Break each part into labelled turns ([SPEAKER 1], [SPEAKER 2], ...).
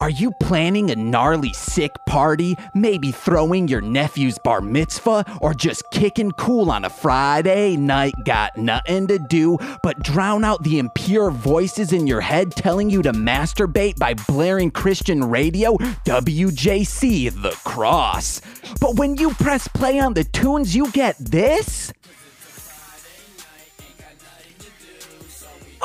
[SPEAKER 1] Are you planning a gnarly sick party? Maybe throwing your nephew's bar mitzvah? Or just kicking cool on a Friday night? Got nothing to do but drown out the impure voices in your head telling you to masturbate by blaring Christian radio? WJC, the cross. But when you press play on the tunes, you get this?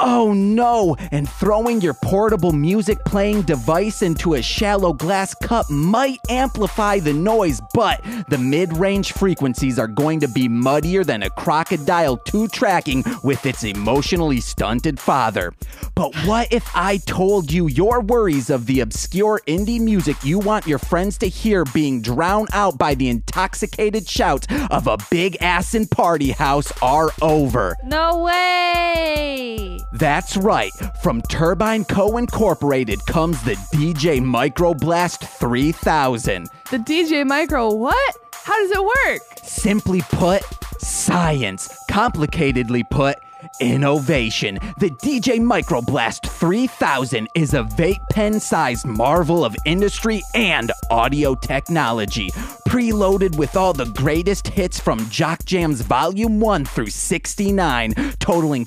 [SPEAKER 1] Oh no! And throwing your portable music playing device into a shallow glass cup might amplify the noise, but the mid range frequencies are going to be muddier than a crocodile two tracking with its emotionally stunted father. But what if I told you your worries of the obscure indie music you want your friends to hear being drowned out by the intoxicated shouts of a big ass and party house are over?
[SPEAKER 2] No way!
[SPEAKER 1] That's right. From Turbine Co. Incorporated comes the DJ Microblast 3000.
[SPEAKER 3] The DJ Micro, what? How does it work?
[SPEAKER 1] Simply put, science. Complicatedly put, Innovation. The DJ Microblast 3000 is a vape pen sized marvel of industry and audio technology. Preloaded with all the greatest hits from Jock Jams Volume 1 through 69, totaling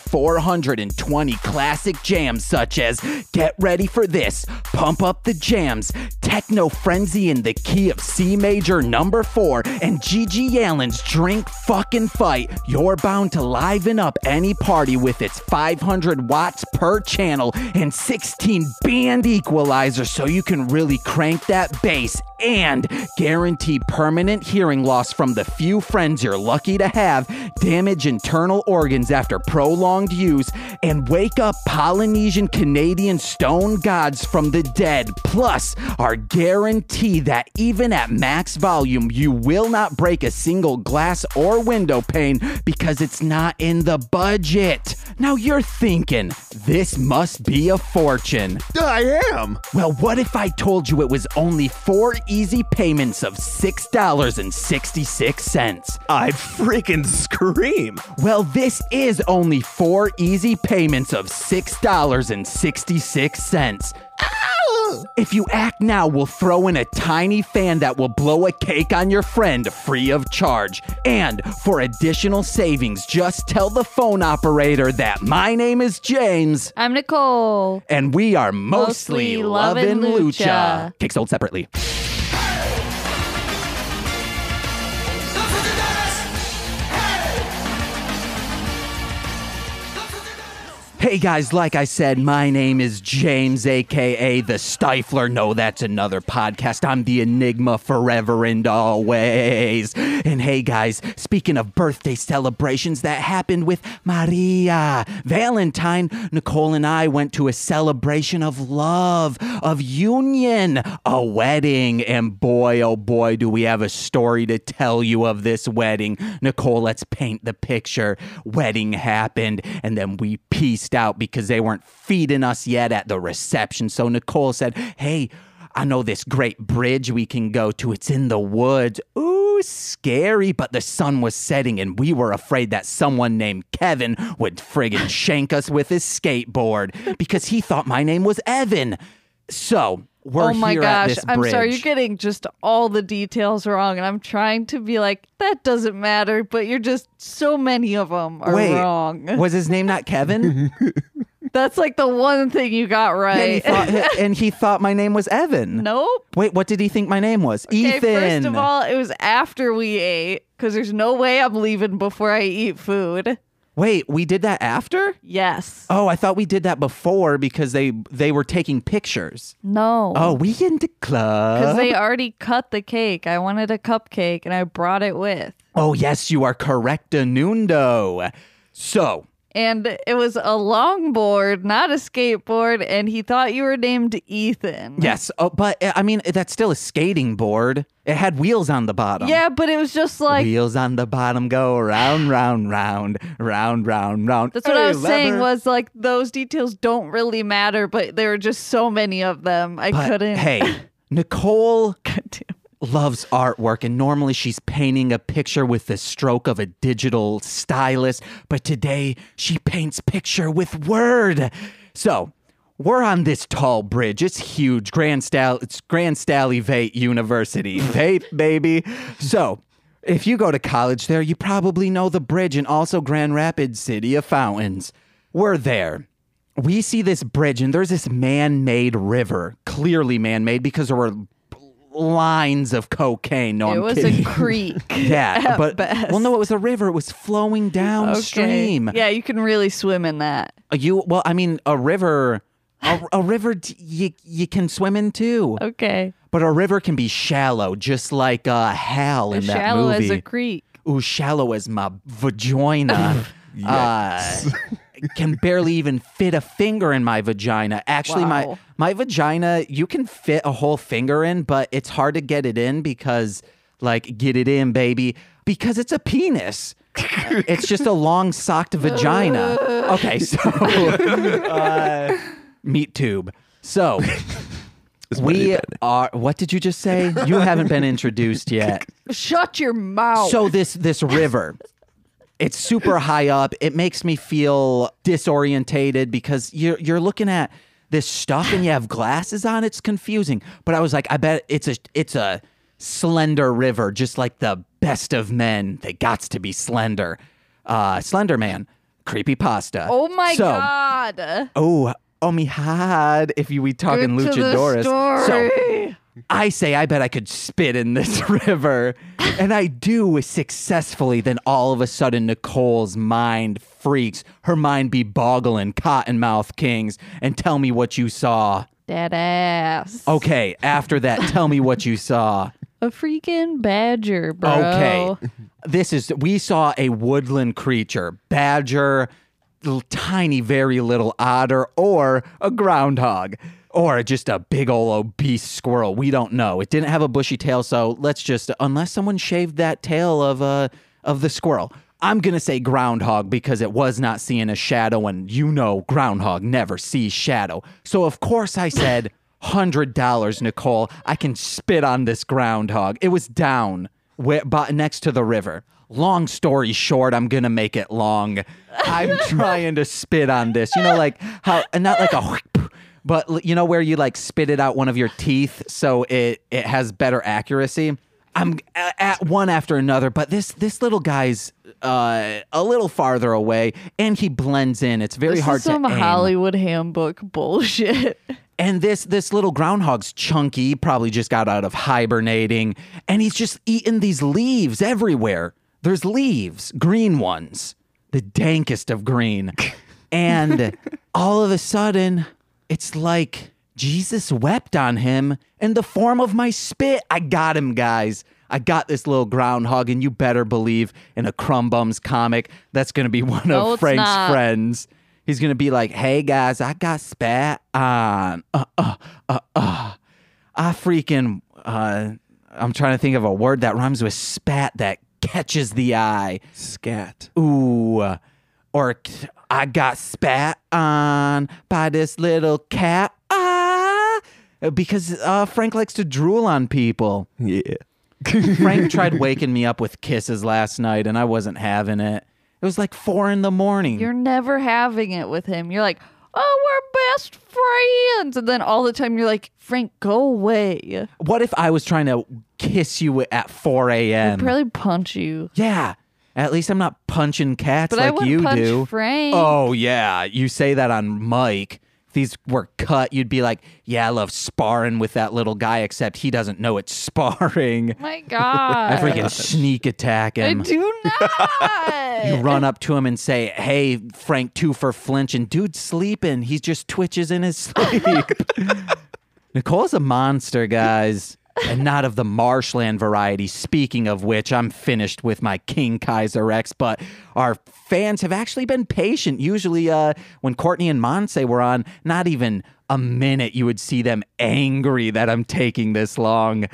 [SPEAKER 1] 420 classic jams such as Get Ready for This, Pump Up the Jams, Techno Frenzy in the Key of C Major Number 4, and Gigi Allen's Drink Fucking Fight. You're bound to liven up any party with its 500 watts per channel and 16 band equalizer so you can really crank that bass and guarantee permanent hearing loss from the few friends you're lucky to have, damage internal organs after prolonged use, and wake up Polynesian Canadian stone gods from the dead. Plus, our guarantee that even at max volume, you will not break a single glass or window pane because it's not in the budget. Now you're thinking, this must be a fortune.
[SPEAKER 4] I am.
[SPEAKER 1] Well, what if I told you it was only four easy payments of $6.66?
[SPEAKER 4] I'd freaking scream.
[SPEAKER 1] Well, this is only four easy payments of $6.66. If you act now, we'll throw in a tiny fan that will blow a cake on your friend free of charge. And for additional savings, just tell the phone operator that my name is James
[SPEAKER 2] I'm Nicole.
[SPEAKER 1] and we are mostly,
[SPEAKER 2] Mostly
[SPEAKER 1] loving
[SPEAKER 2] lovin'
[SPEAKER 1] lucha.
[SPEAKER 2] lucha.
[SPEAKER 1] Cake sold separately. Hey guys, like I said, my name is James, aka The Stifler. No, that's another podcast. I'm the Enigma forever and always. And hey guys, speaking of birthday celebrations that happened with Maria Valentine, Nicole and I went to a celebration of love, of union, a wedding. And boy, oh boy, do we have a story to tell you of this wedding. Nicole, let's paint the picture. Wedding happened, and then we pieced out because they weren't feeding us yet at the reception. So Nicole said, Hey, I know this great bridge we can go to. It's in the woods. Ooh, scary. But the sun was setting, and we were afraid that someone named Kevin would friggin' shank us with his skateboard because he thought my name was Evan. So we're
[SPEAKER 3] oh my
[SPEAKER 1] here at
[SPEAKER 3] gosh,
[SPEAKER 1] this
[SPEAKER 3] I'm
[SPEAKER 1] bridge.
[SPEAKER 3] sorry, you're getting just all the details wrong, and I'm trying to be like, that doesn't matter, but you're just so many of them are
[SPEAKER 1] Wait,
[SPEAKER 3] wrong.
[SPEAKER 1] was his name not Kevin?
[SPEAKER 3] That's like the one thing you got
[SPEAKER 1] and, he
[SPEAKER 3] right.
[SPEAKER 1] thought, and he thought my name was Evan.
[SPEAKER 3] nope.
[SPEAKER 1] Wait, what did he think my name was?
[SPEAKER 3] Okay,
[SPEAKER 1] Ethan.
[SPEAKER 3] first of all, it was after we ate because there's no way I'm leaving before I eat food.
[SPEAKER 1] Wait, we did that after?
[SPEAKER 3] Yes.
[SPEAKER 1] Oh, I thought we did that before because they they were taking pictures.
[SPEAKER 3] no.
[SPEAKER 1] Oh, we in the club.
[SPEAKER 3] Because they
[SPEAKER 1] Uh-huh.
[SPEAKER 3] already cut the cake. I wanted a cupcake and I brought it with.
[SPEAKER 1] oh, yes, you are correct, Anundo. So,
[SPEAKER 3] And it was a longboard, not a skateboard. And he thought you were named Ethan.
[SPEAKER 1] yes, oh, but uh, I mean that's still a skating board. It had wheels on the bottom.
[SPEAKER 3] Yeah, but it was just like,
[SPEAKER 1] wheels on the bottom go round, round, round, round, round, round.
[SPEAKER 3] that's what I
[SPEAKER 1] Hey,
[SPEAKER 3] was saying
[SPEAKER 1] lever.
[SPEAKER 3] was like, those details don't really matter, but there were just so many of them. I
[SPEAKER 1] But,
[SPEAKER 3] couldn't.
[SPEAKER 1] Hey, Nicole
[SPEAKER 3] God damn.
[SPEAKER 1] loves artwork and normally she's painting a picture with the stroke of a digital stylus but today she paints picture with word so We're on this tall bridge. It's huge. Grand Stal it's Grand Stally Vape University. Vape, baby. So if you go to college there, you probably know the bridge and also Grand Rapids City of Fountains. We're there. We see this bridge and there's this man-made river, clearly man-made because there were lines of cocaine. No,
[SPEAKER 3] it
[SPEAKER 1] I'm
[SPEAKER 3] was
[SPEAKER 1] kidding.
[SPEAKER 3] a creek.
[SPEAKER 1] Yeah,
[SPEAKER 3] at
[SPEAKER 1] but
[SPEAKER 3] best.
[SPEAKER 1] well, no, it was a river. It was flowing downstream. Uh,
[SPEAKER 3] Yeah, you can really swim in that.
[SPEAKER 1] You well, I mean, a river, a, a river d- you you can swim in too,
[SPEAKER 3] Okay.
[SPEAKER 1] but a river can be shallow, just like uh, Hal in
[SPEAKER 3] As
[SPEAKER 1] that
[SPEAKER 3] shallow
[SPEAKER 1] movie.
[SPEAKER 3] as a creek.
[SPEAKER 1] Ooh, shallow as my vagina. uh, can barely even fit a finger in my vagina. Actually, my
[SPEAKER 3] Wow.
[SPEAKER 1] my vagina, you can fit a whole finger in, but it's hard to get it in because, like, get it in, baby, because it's a penis. it's just a long socked vagina. Okay, so uh, meat tube. So we are. What did you just say? You haven't been introduced yet.
[SPEAKER 3] Shut your mouth.
[SPEAKER 1] So this this river, it's super high up. It makes me feel disorientated because you're you're looking at this stuff and you have glasses on. It's confusing. But I was like, I bet it's a it's a slender river, just like the best of men. They gots to be slender. Uh, Slender Man, creepy pasta.
[SPEAKER 3] oh my
[SPEAKER 1] so,
[SPEAKER 3] god.
[SPEAKER 1] Oh, oh me had if you we talking
[SPEAKER 3] Good to the
[SPEAKER 1] luchadores. So
[SPEAKER 3] story.
[SPEAKER 1] I say, I bet I could spit in this river. And I do successfully. Then all of a sudden, Nicole's mind freaks. Her mind be boggling Cottonmouth Kings and tell me what you saw.
[SPEAKER 3] That ass.
[SPEAKER 1] Okay, after that, tell me what you saw.
[SPEAKER 3] A freaking badger, bro.
[SPEAKER 1] Okay. This is, we saw a woodland creature, badger, little, tiny, very little otter, or a groundhog, or just a big ol' obese squirrel. We don't know. It didn't have a bushy tail, so let's just, unless someone shaved that tail of, uh, of the squirrel. I'm going to say groundhog because it was not seeing a shadow, and you know, groundhog never sees shadow. So, of course, I said, $100, Nicole. I can spit on this groundhog. It was down where, but next to the river. Long story short, I'm gonna make it long. I'm trying to spit on this, you know, like how and not like a, whoop, but l- you know where you like spit it out one of your teeth, so it it has better accuracy. I'm a- at one after another, but this this little guy's uh, a little farther away, and he blends in. It's very
[SPEAKER 3] This
[SPEAKER 1] hard
[SPEAKER 3] is some
[SPEAKER 1] to aim.
[SPEAKER 3] Hollywood handbook bullshit.
[SPEAKER 1] And this this little groundhog's chunky, probably just got out of hibernating, and he's just eating these leaves everywhere. There's leaves, green ones, the dankest of green. And all of a sudden, it's like Jesus wept on him in the form of my spit. I got him, guys. I got this little groundhog, and you better believe in a Crumb Bums comic, that's going to be one of
[SPEAKER 3] No, it's
[SPEAKER 1] Frank's
[SPEAKER 3] not.
[SPEAKER 1] friends friends. He's gonna be like, "Hey guys, I got spat on. Uh, uh, uh, uh. I freaking. Uh, I'm trying to think of a word that rhymes with spat that catches the eye.
[SPEAKER 4] Scat.
[SPEAKER 1] Ooh, or k- I got spat on by this little cat. Ah, because uh, Frank likes to drool on people.
[SPEAKER 4] Yeah.
[SPEAKER 1] Frank tried waking me up with kisses last night, and I wasn't having it. It was like four in the morning.
[SPEAKER 3] You're never having it with him. You're like, oh, we're best friends. And then all the time you're like, Frank, go away.
[SPEAKER 1] What if I was trying to kiss you at 4 a.m.?
[SPEAKER 3] Probably punch you.
[SPEAKER 1] yeah. At least I'm not punching cats
[SPEAKER 3] But I
[SPEAKER 1] like
[SPEAKER 3] wouldn't
[SPEAKER 1] you
[SPEAKER 3] punch
[SPEAKER 1] do.
[SPEAKER 3] Frank.
[SPEAKER 1] Oh, yeah. You say that on Mike. If these were cut, you'd be like, yeah, I love sparring with that little guy, except he doesn't know it's sparring.
[SPEAKER 3] Oh My
[SPEAKER 1] I
[SPEAKER 3] God.
[SPEAKER 1] freaking sneak attack
[SPEAKER 3] I
[SPEAKER 1] him.
[SPEAKER 3] do
[SPEAKER 1] You
[SPEAKER 3] not.
[SPEAKER 1] run up to him and say, hey, Frank, two for flinch. And dude's sleeping. He just twitches in his sleep. Nicole's a monster, guys, and not of the marshland variety. Speaking of which, I'm finished with my King Kaiser X, but our fans have actually been patient. Usually, uh, when Courtney and Monse were on, not even a minute, you would see them angry that I'm taking this long.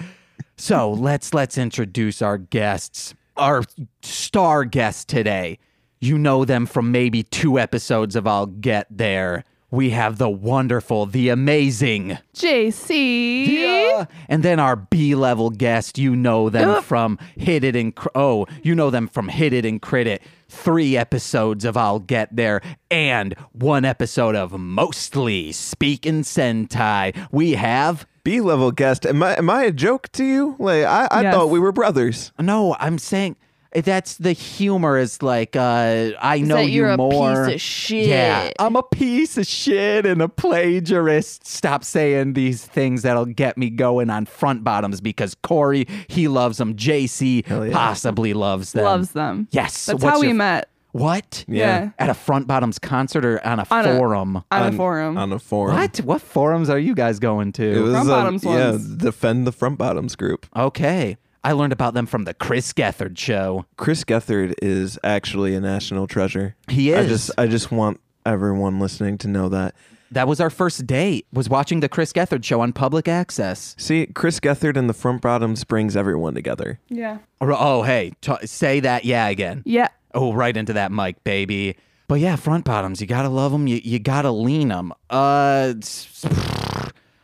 [SPEAKER 1] So let's let's introduce our guests, our star guest today. You know them from maybe two episodes of I'll Get There. We have the wonderful, the amazing.
[SPEAKER 3] JC.
[SPEAKER 1] Yeah. And then our B level guest, you know them from Hit It and Cr- Oh, you know them from Hit It and Crit It. three episodes of I'll Get There, and one episode of Mostly Speaking Sentai. We have.
[SPEAKER 4] B level guest. Am I am I a joke to you? Like I, I
[SPEAKER 3] Yes.
[SPEAKER 4] thought we were brothers.
[SPEAKER 1] No, I'm saying. eh, That's the humor is like uh I know
[SPEAKER 3] that
[SPEAKER 1] you
[SPEAKER 3] you're a
[SPEAKER 1] more.
[SPEAKER 3] piece of shit.
[SPEAKER 1] Yeah, I'm a piece of shit and a plagiarist. Stop saying these things that'll get me going on front bottoms because Corey he loves them. JC
[SPEAKER 4] yeah.
[SPEAKER 1] possibly loves them.
[SPEAKER 5] Loves them.
[SPEAKER 1] Yes.
[SPEAKER 5] That's
[SPEAKER 1] What's
[SPEAKER 5] how we
[SPEAKER 1] your-
[SPEAKER 5] met
[SPEAKER 1] What?
[SPEAKER 5] Yeah. Yeah.
[SPEAKER 1] At a front bottoms concert or on a
[SPEAKER 5] On a-
[SPEAKER 1] forum?
[SPEAKER 5] on, a forum.
[SPEAKER 4] On a forum.
[SPEAKER 1] what? What forums are you guys going to?
[SPEAKER 4] It was
[SPEAKER 5] Front
[SPEAKER 4] a-
[SPEAKER 5] Bottoms
[SPEAKER 4] yeah,
[SPEAKER 5] ones.
[SPEAKER 4] defend the front bottoms group.
[SPEAKER 1] okay. I learned about them from the Chris Gethard show.
[SPEAKER 4] Chris Gethard is actually a national treasure.
[SPEAKER 1] He
[SPEAKER 4] I
[SPEAKER 1] is.
[SPEAKER 4] just I just want everyone listening to know that.
[SPEAKER 1] That was our first date. Was watching the Chris Gethard show on public access.
[SPEAKER 4] See, Chris Gethard and the front bottoms brings everyone together.
[SPEAKER 5] yeah.
[SPEAKER 1] Or- Oh, hey, t- say that yeah again.
[SPEAKER 5] Yeah.
[SPEAKER 1] Oh, right into that mic, baby. But yeah, front bottoms, you gotta love them. You, you gotta lean them. Uh, s-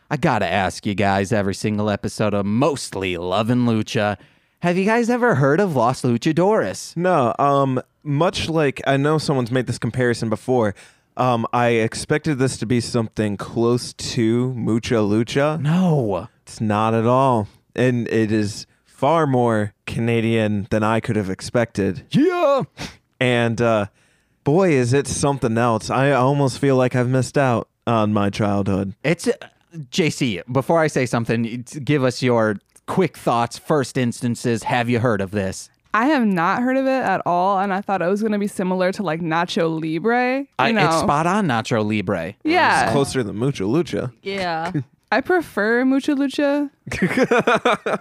[SPEAKER 1] I gotta ask you guys every single episode of mostly loving lucha. Have you guys ever heard of Los Luchadores?
[SPEAKER 4] No, um, much like I know someone's made this comparison before. Um, I expected this to be something close to Mucha Lucha.
[SPEAKER 1] No.
[SPEAKER 4] It's not at all, and it is far more Canadian than I could have expected.
[SPEAKER 1] Yeah.
[SPEAKER 4] And uh, boy, is it something else! I almost feel like I've missed out on my childhood.
[SPEAKER 1] It's uh, JC. Before I say something, it's- give us your quick thoughts. First instances. Have you heard of this?
[SPEAKER 5] I have not heard of it at all, and I thought it was going to be similar to like Nacho Libre. You
[SPEAKER 1] I,
[SPEAKER 5] know.
[SPEAKER 1] It's spot on, Nacho Libre.
[SPEAKER 5] yeah.
[SPEAKER 4] It's closer than Mucha Lucha.
[SPEAKER 3] Yeah.
[SPEAKER 5] I prefer Mucha Lucha,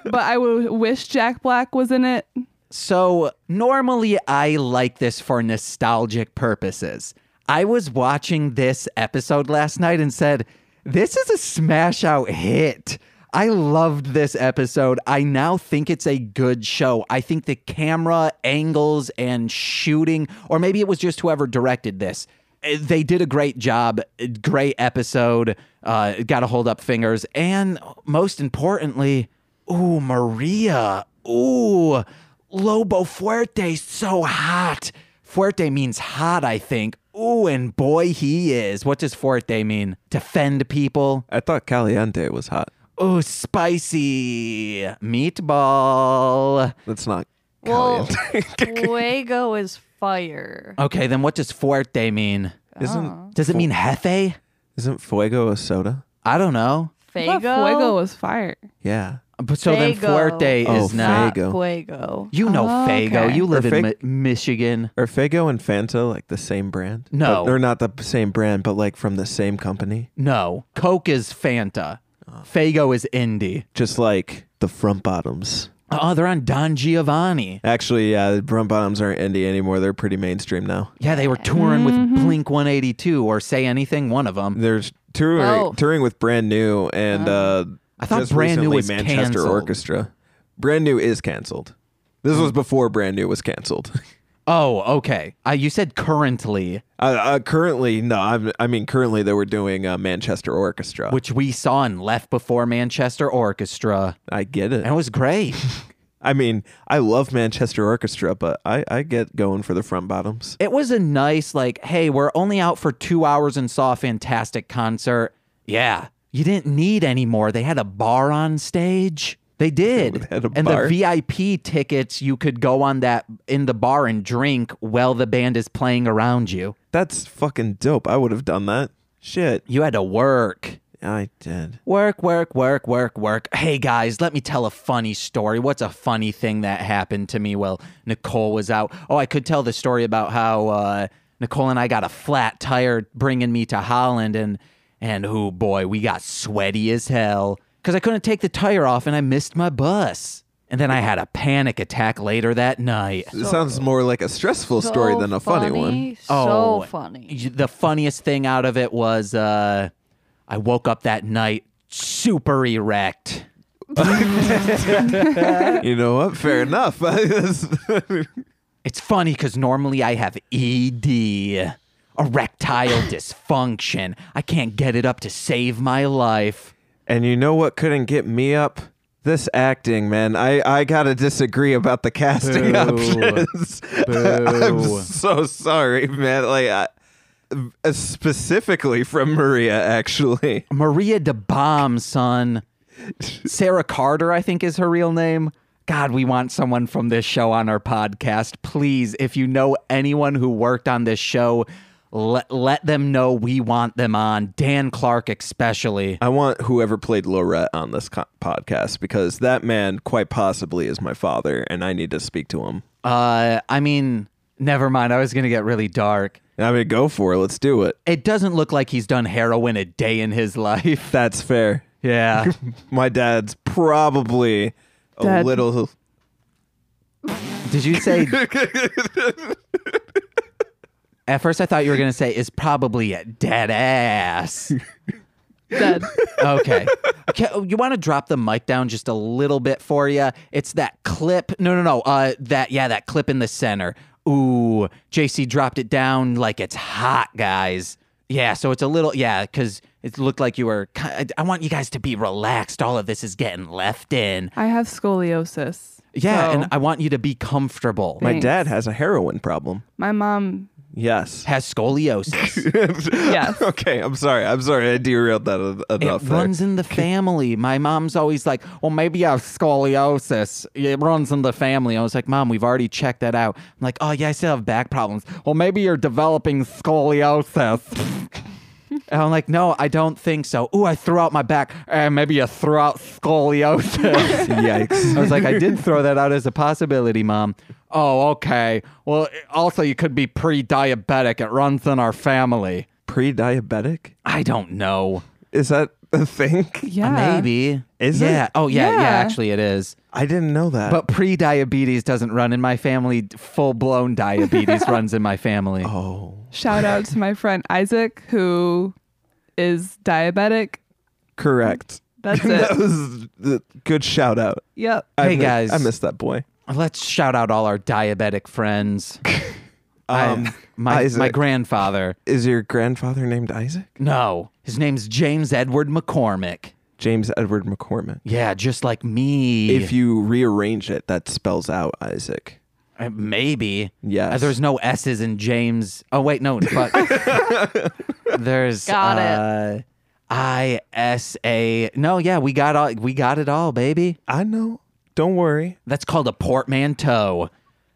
[SPEAKER 5] but I would wish Jack Black was in it.
[SPEAKER 1] So, normally I like this for nostalgic purposes. I was watching this episode last night and said, This is a smash out hit. I loved this episode. I now think it's a good show. I think the camera angles and shooting, or maybe it was just whoever directed this, eh, they did a great job. eh, Great episode. Uh, Got to hold up fingers. And most importantly, ooh, Maria. Ooh, Lobo Fuerte, so hot. Fuerte means hot, I think. Ooh, and boy, he is. What does fuerte mean? Defend people.
[SPEAKER 4] I thought Caliente was hot.
[SPEAKER 1] Ooh, spicy meatball.
[SPEAKER 4] That's not
[SPEAKER 3] Well,
[SPEAKER 4] Caliente.
[SPEAKER 3] Fuego is fire.
[SPEAKER 1] Okay, then what does fuerte mean?
[SPEAKER 4] isn't
[SPEAKER 1] Does it mean jefe?
[SPEAKER 4] isn't Fuego a soda?
[SPEAKER 1] I don't know.
[SPEAKER 5] I
[SPEAKER 3] Fuego.
[SPEAKER 5] thought Fuego was fire.
[SPEAKER 4] Yeah.
[SPEAKER 1] But so then
[SPEAKER 3] Fuego.
[SPEAKER 1] fuerte
[SPEAKER 4] Oh,
[SPEAKER 1] is not.
[SPEAKER 3] not
[SPEAKER 4] Fuego.
[SPEAKER 3] Fuego.
[SPEAKER 1] You know
[SPEAKER 5] Oh,
[SPEAKER 1] Fago.
[SPEAKER 5] okay.
[SPEAKER 1] You live in Mi-
[SPEAKER 4] Perfect.
[SPEAKER 1] Michigan.
[SPEAKER 4] Are Fago and Fanta like the same brand?
[SPEAKER 1] No.
[SPEAKER 4] But- they're not the p- same brand, but like from the same company.
[SPEAKER 1] No, Coke is Fanta.
[SPEAKER 4] Oh.
[SPEAKER 1] Fago is indie.
[SPEAKER 4] Just like the front bottoms.
[SPEAKER 1] Oh, they're on Don Giovanni.
[SPEAKER 4] Actually, yeah, the front bottoms aren't indie anymore. They're pretty mainstream now.
[SPEAKER 1] Yeah, they were touring with
[SPEAKER 4] Mm-hmm.
[SPEAKER 1] Blink 182 or Say Anything, one of them.
[SPEAKER 4] They're touring
[SPEAKER 3] Oh.
[SPEAKER 4] touring with brand new and uh,
[SPEAKER 1] I thought
[SPEAKER 4] just
[SPEAKER 1] Brand New
[SPEAKER 4] recently
[SPEAKER 1] was
[SPEAKER 4] Manchester
[SPEAKER 1] canceled.
[SPEAKER 4] Orchestra. Brand new is canceled. This
[SPEAKER 3] Hmm.
[SPEAKER 4] was before brand new was canceled.
[SPEAKER 1] Oh, okay. Uh, you said currently,
[SPEAKER 4] uh, uh, currently, no, I'm, I mean currently they were doing uh, Manchester Orchestra.
[SPEAKER 1] which we saw and left before Manchester Orchestra.
[SPEAKER 4] I get it.
[SPEAKER 1] And it was great.
[SPEAKER 4] I mean, I love Manchester Orchestra, but I, I get going for the front bottoms.
[SPEAKER 1] it was a nice, like, hey, we're only out for two hours and saw a fantastic concert. Yeah. You didn't need any more. They had a bar on stage. They did.
[SPEAKER 4] They had a
[SPEAKER 1] and
[SPEAKER 4] bar.
[SPEAKER 1] the VIP tickets, you could go on that in the bar and drink while the band is playing around you.
[SPEAKER 4] That's fucking dope. I would have done that. Shit.
[SPEAKER 1] You had to work.
[SPEAKER 4] I did.
[SPEAKER 1] Work, work, work, work, work. Hey guys, let me tell a funny story. What's a funny thing that happened to me while Nicole was out? Oh, I could tell the story about how uh, Nicole and I got a flat tire bringing me to Holland, and and oh boy, we got sweaty as hell because I couldn't take the tire off and I missed my bus. And then I had a panic attack later that night.
[SPEAKER 4] It sounds more like a stressful story
[SPEAKER 3] So
[SPEAKER 4] than a funny, one. Oh.
[SPEAKER 3] funny, So funny.
[SPEAKER 1] Oh, y- The funniest thing out of it was uh, I woke up that night super erect.
[SPEAKER 4] You know what? Fair enough.
[SPEAKER 1] It's funny because normally I have ED, erectile dysfunction. I can't get it up to save my life.
[SPEAKER 4] and you know what couldn't get me up? This acting, man, I, I gotta disagree about the casting
[SPEAKER 1] Boo.
[SPEAKER 4] options. I'm
[SPEAKER 1] Boo.
[SPEAKER 4] so sorry, man. Like, I, uh, specifically from Maria, actually.
[SPEAKER 1] Maria de Bomb, son. Sarah Carter, I think, is her real name. God, we want someone from this show on our podcast. Please, if you know anyone who worked on this show, let, let them know we want them on. Dan Clark, especially.
[SPEAKER 4] I want whoever played Lorette on this co- podcast because that man quite possibly is my father, and I need to speak to him.
[SPEAKER 1] Uh, I mean, never mind. I was going to get really dark.
[SPEAKER 4] I mean, go for it. Let's do it.
[SPEAKER 1] It doesn't look like he's done heroin a day in his life.
[SPEAKER 4] That's fair.
[SPEAKER 1] Yeah.
[SPEAKER 4] My dad's probably a
[SPEAKER 5] Dad.
[SPEAKER 4] little.
[SPEAKER 1] Did you say? At first, I thought you were going to say is probably a dead ass.
[SPEAKER 5] Dead.
[SPEAKER 1] Okay. okay oh, you want to drop the mic down just a little bit for you? It's that clip. No, no, no. Uh, that yeah, that clip in the center. Ooh, JC dropped it down like it's hot, guys. Yeah, so it's a little yeah, because it looked like you were. ki- I- I want you guys to be relaxed. All of this is getting left in.
[SPEAKER 5] I have scoliosis.
[SPEAKER 1] Yeah,
[SPEAKER 5] so
[SPEAKER 1] and I want you to be comfortable.
[SPEAKER 4] My
[SPEAKER 5] Thanks.
[SPEAKER 4] dad has a heroin problem.
[SPEAKER 5] my mom.
[SPEAKER 4] Yes.
[SPEAKER 1] Has scoliosis.
[SPEAKER 5] Yes.
[SPEAKER 4] Okay, I'm sorry. I'm sorry. I derailed that en- enough.
[SPEAKER 1] It
[SPEAKER 4] there.
[SPEAKER 1] runs in the family. My mom's always like, well, maybe I have scoliosis. It runs in the family. I was like, Mom, we've already checked that out. I'm like, oh, yeah, I still have back problems. Well, maybe you're developing scoliosis. and I'm like, no, I don't think so. Ooh, I threw out my back. Eh, maybe you threw out scoliosis.
[SPEAKER 4] Yikes.
[SPEAKER 1] I was like, I did throw that out as a possibility, Mom. Oh, okay. Well, also, you could be pre diabetic. It runs in our family.
[SPEAKER 4] Pre diabetic?
[SPEAKER 1] I don't know.
[SPEAKER 4] Is that a thing?
[SPEAKER 5] Yeah.
[SPEAKER 1] Uh, Maybe.
[SPEAKER 4] Is it?
[SPEAKER 1] yeah. Oh, yeah, yeah.
[SPEAKER 5] Yeah.
[SPEAKER 1] Actually, it is.
[SPEAKER 4] I didn't know that.
[SPEAKER 1] But pre-diabetes doesn't run in my family. Full-blown diabetes runs in my family.
[SPEAKER 4] oh,
[SPEAKER 5] Shout out to my friend Isaac, who is diabetic.
[SPEAKER 4] correct.
[SPEAKER 5] That's
[SPEAKER 4] that
[SPEAKER 5] it.
[SPEAKER 4] was the good shout out.
[SPEAKER 5] yep.
[SPEAKER 4] I
[SPEAKER 1] Hey,
[SPEAKER 4] mi-
[SPEAKER 1] guys.
[SPEAKER 4] I missed that boy.
[SPEAKER 1] Let's shout out all our diabetic friends. I-
[SPEAKER 4] Um,
[SPEAKER 1] my my
[SPEAKER 4] Isaac.
[SPEAKER 1] grandfather.
[SPEAKER 4] Is your grandfather named Isaac?
[SPEAKER 1] No, his name's James Edward McCormick.
[SPEAKER 4] James Edward McCormick.
[SPEAKER 1] Yeah, just like me.
[SPEAKER 4] If you rearrange it, that spells out Isaac.
[SPEAKER 1] Uh, maybe.
[SPEAKER 4] Yes.
[SPEAKER 1] Uh, there's no S's in James. Oh wait, no. But there's
[SPEAKER 3] Got it.
[SPEAKER 1] uh, I S A. No, yeah, we got all. We got it all, baby.
[SPEAKER 4] I know. Don't worry.
[SPEAKER 1] That's called a portmanteau.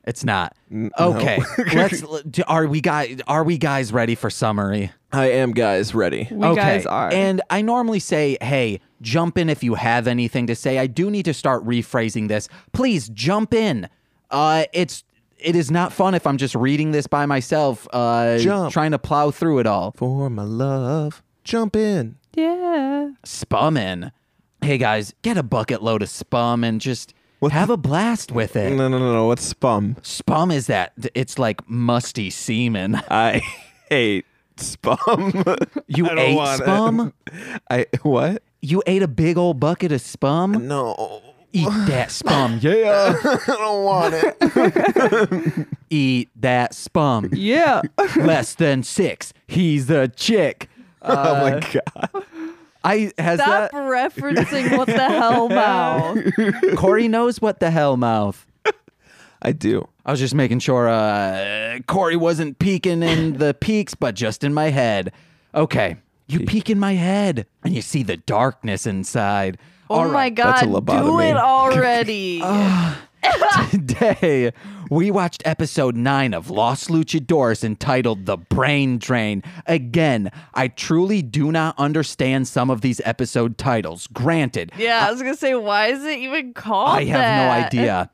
[SPEAKER 1] It's not. Okay. Let's do- are we guys are we guys ready for summary?
[SPEAKER 4] I am, guys. Ready.
[SPEAKER 5] We
[SPEAKER 1] okay.
[SPEAKER 5] guys are.
[SPEAKER 1] And I normally say, "Hey, jump in if you have anything to say." I do need to start rephrasing this. Please jump in. Uh it's it is not fun if I'm just reading this by myself uh
[SPEAKER 4] Jump.
[SPEAKER 1] trying to plow through it all.
[SPEAKER 4] For my love, jump in.
[SPEAKER 5] yeah.
[SPEAKER 1] Spummin'. Hey guys, get a bucket load of spum and just
[SPEAKER 4] What
[SPEAKER 1] have a blast with it.
[SPEAKER 4] No, no, no, no. What's spum?
[SPEAKER 1] Spum is that it's like musty semen.
[SPEAKER 4] I hate spum.
[SPEAKER 1] You
[SPEAKER 4] I don't
[SPEAKER 1] ate
[SPEAKER 4] want it.
[SPEAKER 1] spum?
[SPEAKER 4] I what?
[SPEAKER 1] You ate a big old bucket of spum?
[SPEAKER 4] No.
[SPEAKER 1] Eat that spum.
[SPEAKER 4] Yeah. I don't want it.
[SPEAKER 1] Eat that spum.
[SPEAKER 5] Yeah.
[SPEAKER 1] Less than six. He's a chick. Uh,
[SPEAKER 4] oh my god.
[SPEAKER 1] I has
[SPEAKER 3] Stop
[SPEAKER 1] that
[SPEAKER 3] referencing what the hell now.
[SPEAKER 1] Corey knows what the hell mouth.
[SPEAKER 4] I do.
[SPEAKER 1] I was just making sure uh Corey wasn't peeking in the peaks, but just in my head. Okay. You peek in my head and you see the darkness inside.
[SPEAKER 3] Oh my
[SPEAKER 4] that's
[SPEAKER 3] god,
[SPEAKER 4] a
[SPEAKER 3] do
[SPEAKER 4] lobotomy.
[SPEAKER 3] it already.
[SPEAKER 5] Oh.
[SPEAKER 1] Today, we watched episode 9 of Lost Luchadors entitled The Brain Drain. Again, I truly do not understand some of these episode titles. Granted,
[SPEAKER 3] yeah, I was gonna say, why is it even called?
[SPEAKER 1] I have no
[SPEAKER 3] that?
[SPEAKER 1] idea.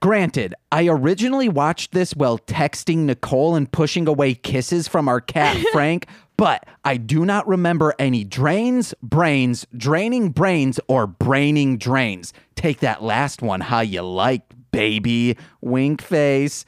[SPEAKER 1] Granted, I originally watched this while texting Nicole and pushing away kisses from our cat Frank, but I do not remember any drains, brains, draining brains, or braining drains. Take that last one how you like, baby. Wink face.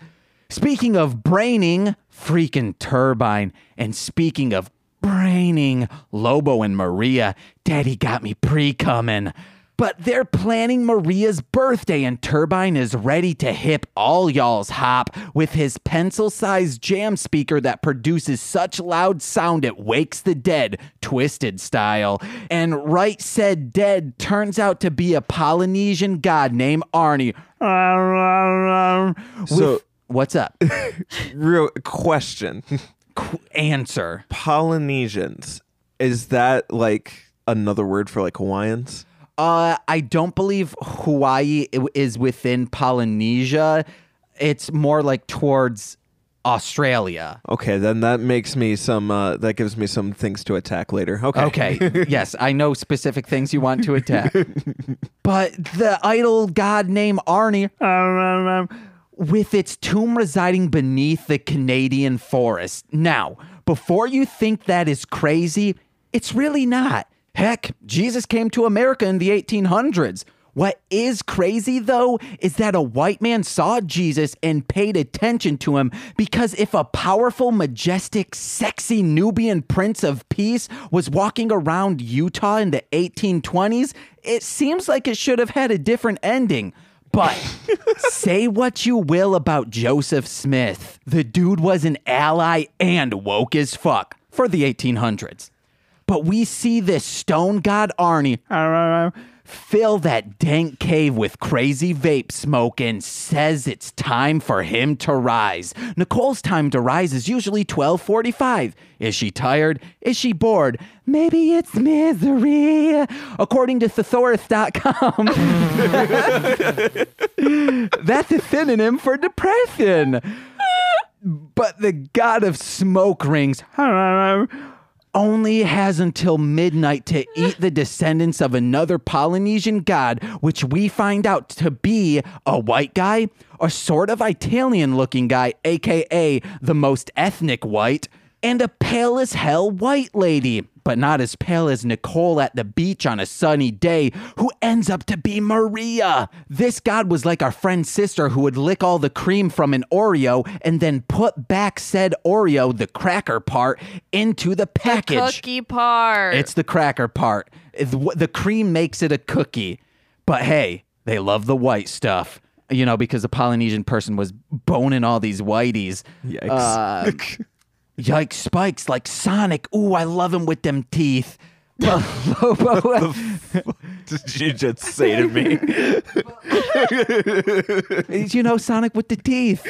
[SPEAKER 1] Speaking of braining, freaking turbine. And speaking of braining, Lobo and Maria, Daddy got me pre coming. But they're planning Maria's birthday, and Turbine is ready to hip all y'all's hop with his pencil sized jam speaker that produces such loud sound it wakes the dead, twisted style. And Right Said Dead turns out to be a Polynesian god named Arnie.
[SPEAKER 4] So-
[SPEAKER 1] With- what's up?
[SPEAKER 4] Real question.
[SPEAKER 1] Qu- Answer.
[SPEAKER 4] Polynesians. Is that like another word for like Hawaiians?
[SPEAKER 1] Uh, I don't believe Hawaii i- is within Polynesia. It's more like towards Australia.
[SPEAKER 4] Okay, then that makes me some uh that gives me some things to attack later. Okay.
[SPEAKER 1] Okay. yes, I know specific things you want to attack. but the idol god named Arnie, with its tomb residing beneath the Canadian forest. Now, before you think that is crazy, it's really not. Heck, Jesus came to America in the 1800s. What is crazy though is that a white man saw Jesus and paid attention to him because if a powerful, majestic, sexy Nubian prince of peace was walking around Utah in the 1820s, it seems like it should have had a different ending. But say what you will about Joseph Smith, the dude was an ally and woke as fuck for the 1800s. But we see this stone god Arnie fill that dank cave with crazy vape smoke and says it's time for him to rise. Nicole's time to rise is usually 12:45. Is she tired? Is she bored? Maybe it's misery. According to thesaurus.com, that's a synonym for depression. But the god of smoke rings only has until midnight to eat the descendants of another Polynesian god, which we find out to be a white guy, a sort of Italian looking guy, aka the most ethnic white, and a pale as hell white lady. But not as pale as Nicole at the beach on a sunny day, who ends up to be Maria. This god was like our friend's sister who would lick all the cream from an Oreo and then put back said Oreo, the cracker part, into the package.
[SPEAKER 3] Cookie part.
[SPEAKER 1] It's the cracker part. It's wh- The cream makes it a cookie. But hey, they love the white stuff. You know, because the Polynesian person was boning all these whiteys.
[SPEAKER 4] Yikes.
[SPEAKER 1] Uh,
[SPEAKER 4] Um,
[SPEAKER 1] yikes, spikes like Sonic. Ooh, I love him with them teeth. Well, Lobo,
[SPEAKER 4] Did you just say to me?
[SPEAKER 1] you know, Sonic with the teeth.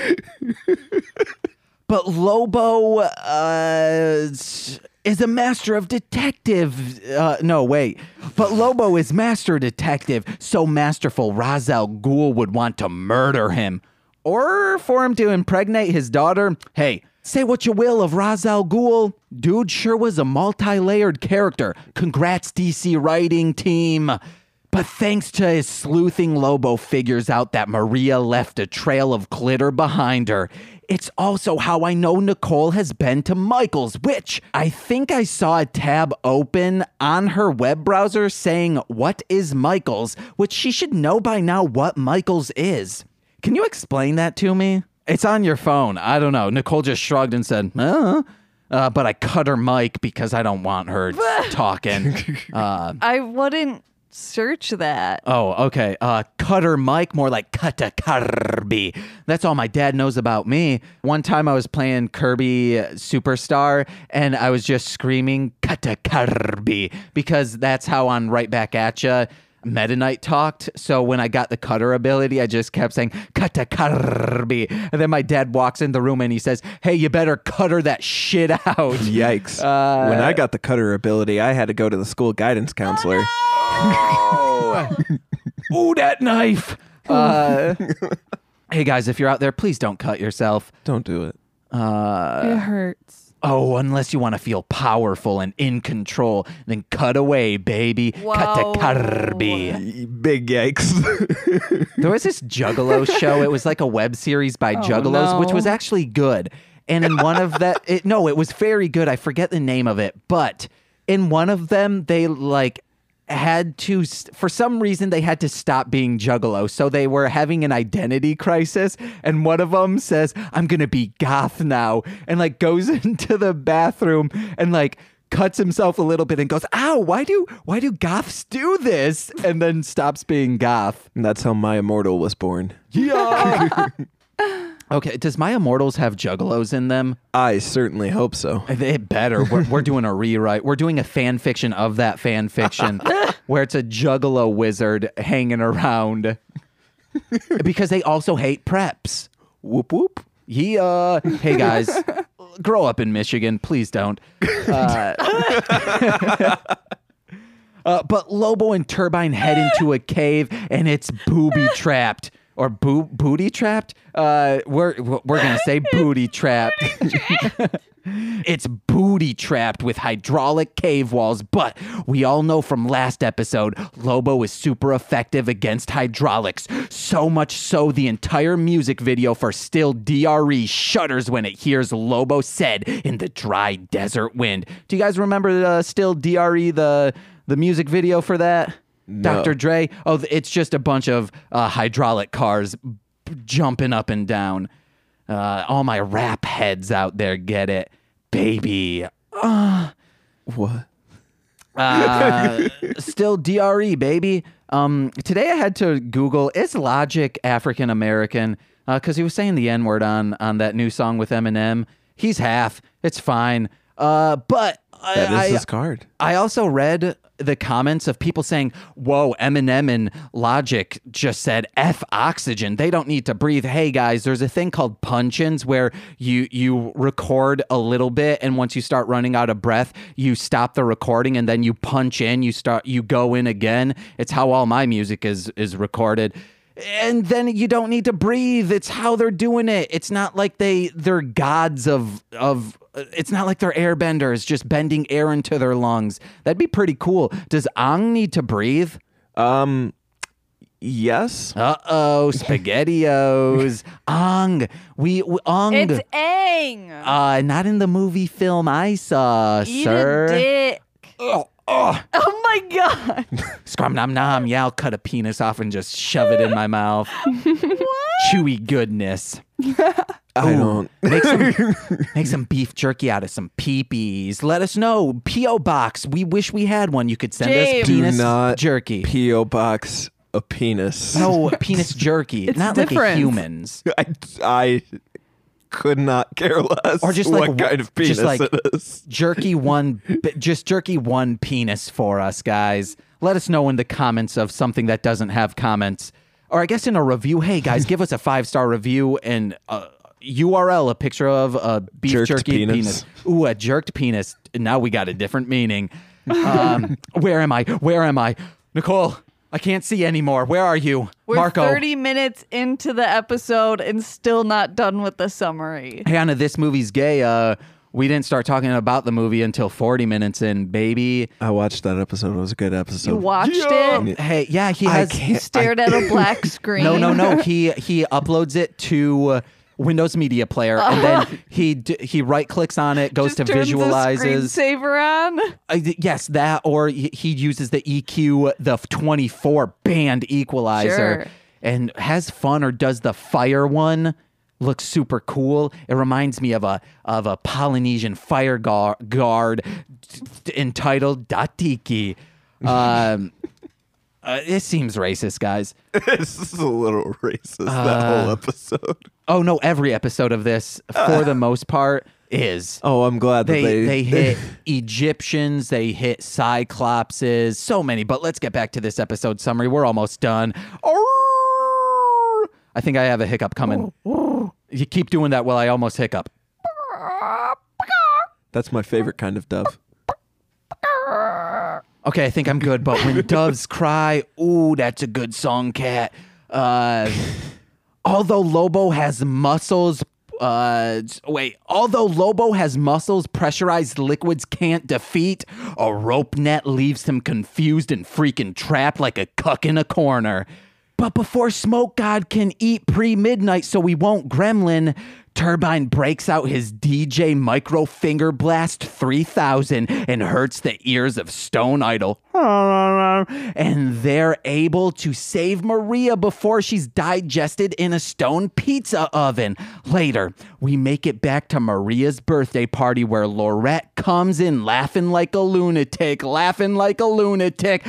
[SPEAKER 1] But Lobo uh, is a master of detective. Uh, no, wait. But Lobo is master detective, so masterful Ra's al Ghul would want to murder him. Or for him to impregnate his daughter. Hey, say what you will of Ra's al Ghul. Dude sure was a multi layered character. Congrats, DC writing team. But thanks to his sleuthing, Lobo figures out that Maria left a trail of glitter behind her. It's also how I know Nicole has been to Michael's, which I think I saw a tab open on her web browser saying, What is Michael's? which she should know by now what Michael's is. Can you explain that to me? It's on your phone. I don't know. Nicole just shrugged and said, Uh, uh but I cut her mic because I don't want her talking. Uh,
[SPEAKER 3] I wouldn't search that.
[SPEAKER 1] Oh, okay. Uh, cutter Mike, more like Cutter Kirby. That's all my dad knows about me. One time I was playing Kirby uh, Superstar and I was just screaming Cutter Kirby because that's how on Right Back At Ya Meta Knight talked. So when I got the cutter ability, I just kept saying Cutter Kirby. And then my dad walks in the room and he says, Hey, you better cutter that shit out.
[SPEAKER 4] Yikes. when
[SPEAKER 1] Uh,
[SPEAKER 4] I got the cutter ability, I had to go to the school guidance counselor.
[SPEAKER 1] Ooh, that knife. Uh, hey guys, if you're out there, please don't cut yourself.
[SPEAKER 4] Don't do it.
[SPEAKER 5] it hurts.
[SPEAKER 1] Oh, unless you want to feel powerful and in control, then cut away, baby. Cut to
[SPEAKER 3] Whoa.
[SPEAKER 1] Kirby.
[SPEAKER 4] Y- Big yikes.
[SPEAKER 1] There was this Juggalo show. It was like a web series by Juggalos, which
[SPEAKER 5] no.
[SPEAKER 1] was actually good. And in one of that, it, no, it was very good. I forget the name of it, but in one of them, they like had to, s- for some reason, they had to stop being Juggalo. So they were having an identity crisis. And one of them says, I'm going to be goth now. And like goes into the bathroom and like, cuts himself a little bit and goes, "Ow! Why do why do goths do this?" And then stops being goth.
[SPEAKER 4] And that's how my immortal was born.
[SPEAKER 1] Yeah. okay. Does my immortals have juggalos in them?
[SPEAKER 4] I certainly hope so.
[SPEAKER 1] They better. We're, we're doing a rewrite. We're doing a fan fiction of that fan fiction where it's a juggalo wizard hanging around because they also hate preps.
[SPEAKER 4] Whoop whoop.
[SPEAKER 1] Yeah. Hey guys, grow up in Michigan, please don't. Uh, uh, but Lobo and Turbine head into a cave, and it's booby trapped or boo- booty trapped. Uh, we're we're gonna say booty trapped. It's booty trapped with hydraulic cave walls, but we all know from last episode, Lobo is super effective against hydraulics. So much so, the entire music video for Still DRE shudders when it hears Lobo said in the dry desert wind. Do you guys remember uh, Still DRE, the, the music video for that? Dr. Dre? Oh, th- it's just a bunch of uh, hydraulic cars b- jumping up and down. Uh, all my rap heads out there get it, baby.
[SPEAKER 4] What?
[SPEAKER 1] Uh, still DRE, baby. Um, today I had to Google is Logic African American because he was saying the N word on on that new song with Eminem. He's half. It's fine. Uh, but
[SPEAKER 4] That is
[SPEAKER 1] I, I,
[SPEAKER 4] his card.
[SPEAKER 1] I also read the comments of people saying, "Whoa, Eminem and Logic just said f oxygen. They don't need to breathe." Hey guys, there's a thing called punch-ins where you you record a little bit, and once you start running out of breath, you stop the recording, and then you punch in. You start you go in again. It's how all my music is is recorded. And then you don't need to breathe. It's how they're doing it. It's not like they they're gods of of uh, it's not like they're airbenders just bending air into their lungs. That'd be pretty cool. Does Ang need to breathe?
[SPEAKER 4] Um, yes.
[SPEAKER 1] Uh oh, spaghettios. Ang, we, we Ang.
[SPEAKER 3] It's Ang.
[SPEAKER 1] uh, not in the movie film I saw,
[SPEAKER 3] Eat
[SPEAKER 1] sir.
[SPEAKER 3] a dick. Oh my god.
[SPEAKER 1] Scrum nom nom. Yeah, I'll cut a penis off and just shove it in my mouth. Chewy goodness.
[SPEAKER 4] I
[SPEAKER 1] Ooh.
[SPEAKER 4] don't.
[SPEAKER 1] Make some, make some beef jerky out of some peepees. Let us know. P.O. Box. We wish we had one. You could send us
[SPEAKER 3] James.
[SPEAKER 4] Do
[SPEAKER 1] penis
[SPEAKER 4] not
[SPEAKER 1] jerky.
[SPEAKER 4] P.O. Box a penis.
[SPEAKER 1] No, penis jerky.
[SPEAKER 5] It's
[SPEAKER 1] not like a
[SPEAKER 5] different.
[SPEAKER 1] human's.
[SPEAKER 4] I, I could not care less.
[SPEAKER 1] Or just like
[SPEAKER 4] what
[SPEAKER 1] w-
[SPEAKER 4] kind of penis
[SPEAKER 1] just like-
[SPEAKER 4] it is.
[SPEAKER 1] Jerky one, bi- just jerky one penis for us, guys. Let us know in the comments of something that doesn't have comments. Or I guess in a review. Hey, guys, give us a five star review and uh, a URL, a picture of a beef
[SPEAKER 4] Jerked
[SPEAKER 1] jerky
[SPEAKER 4] penis.
[SPEAKER 1] Ooh, a jerked penis. Now we got a different meaning. Um, where am I? Where am I? Nicole, I can't see anymore. Where are you?
[SPEAKER 3] We're
[SPEAKER 1] Marco.
[SPEAKER 3] 30 minutes into the episode and still not done with the summary.
[SPEAKER 1] Hannah, this movie's gay. Uh, we didn't start talking about the movie until 40 minutes in, baby.
[SPEAKER 4] I watched that episode. It was a good episode.
[SPEAKER 3] You watched it,
[SPEAKER 1] Hey, yeah, he
[SPEAKER 4] I
[SPEAKER 1] has.
[SPEAKER 4] can't.
[SPEAKER 3] stared at a black screen.
[SPEAKER 1] No, no, no. He he uploads it to uh, Windows Media Player, and then he d- he right clicks on it, goes
[SPEAKER 3] Oh. Just
[SPEAKER 1] to
[SPEAKER 3] turns the
[SPEAKER 1] visualizes.
[SPEAKER 3] screensaver on.
[SPEAKER 1] Uh, th- yes, that, or he he uses the EQ, the twenty four band equalizer,
[SPEAKER 3] Sure.
[SPEAKER 1] and has fun or does the fire one. Looks super cool. It reminds me of a of a Polynesian fire gar- guard t- t- entitled Datiki. Um, uh, it seems racist, guys.
[SPEAKER 4] this is a little racist. that whole episode.
[SPEAKER 1] Oh no, every episode of this, for the most part, is.
[SPEAKER 4] Oh, I'm glad that
[SPEAKER 1] They,
[SPEAKER 4] they
[SPEAKER 1] they hit Egyptians, they hit Cyclopses, so many. But let's get back to this episode summary. We're almost done. Arrrrrrr. I think I have a hiccup coming. You keep doing that while I almost hiccup.
[SPEAKER 4] That's my favorite kind of dove.
[SPEAKER 1] Okay, I think I'm good. But when doves cry, ooh, that's a good song, cat. Uh, although Lobo has muscles, uh, wait, although Lobo has muscles pressurized liquids can't defeat, a rope net leaves him confused and freaking trapped like a cuck in a corner. But before Smoke God can eat pre midnight so we won't gremlin, Turbine breaks out his DJ Micro Finger Blast 3000 and hurts the ears of Stone Idol. And they're able to save Maria before she's digested in a stone pizza oven. Later, we make it back to Maria's birthday party where Lorette comes in laughing like a lunatic, laughing like a lunatic.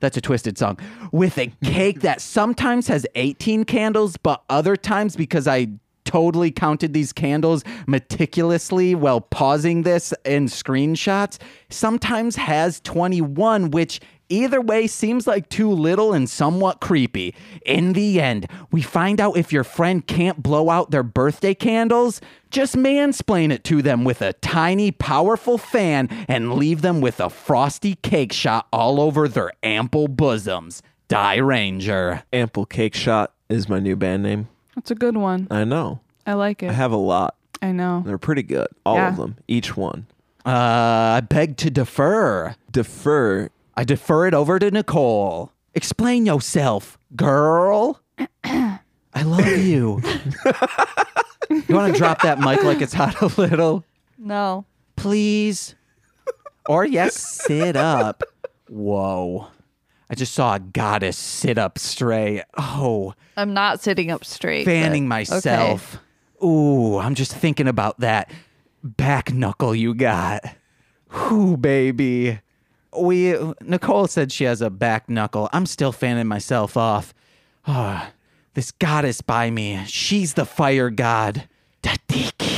[SPEAKER 1] That's a twisted song. With a cake that sometimes has 18 candles, but other times, because I totally counted these candles meticulously while pausing this in screenshots, sometimes has 21, which either way seems like too little and somewhat creepy. In the end, we find out if your friend can't blow out their birthday candles, just mansplain it to them with a tiny, powerful fan and leave them with a frosty cake shot all over their ample bosoms. Die Ranger.
[SPEAKER 4] Ample Cake Shot is my new band name.
[SPEAKER 5] That's a good one.
[SPEAKER 4] I know.
[SPEAKER 5] I like
[SPEAKER 1] Uh-huh.
[SPEAKER 5] it.
[SPEAKER 4] I have a lot.
[SPEAKER 5] I know.
[SPEAKER 4] They're pretty good. All
[SPEAKER 5] Yeah.
[SPEAKER 4] of them. Each one.
[SPEAKER 1] Uh, I beg to defer.
[SPEAKER 4] Defer.
[SPEAKER 1] I defer it over to Nicole. Explain yourself, girl. I love you. you want to drop that mic like it's hot a little?
[SPEAKER 3] No.
[SPEAKER 1] please? Or yes, sit up. Whoa. I just saw a goddess sit up straight. Oh,
[SPEAKER 3] I'm not sitting up straight. but-
[SPEAKER 1] fanning myself. Ooh, I'm just thinking about that back knuckle you got. Whoo, baby. We Nicole said she has a back knuckle. I'm still fanning myself off. Ah, this goddess by me. She's the fire god. Tatiki.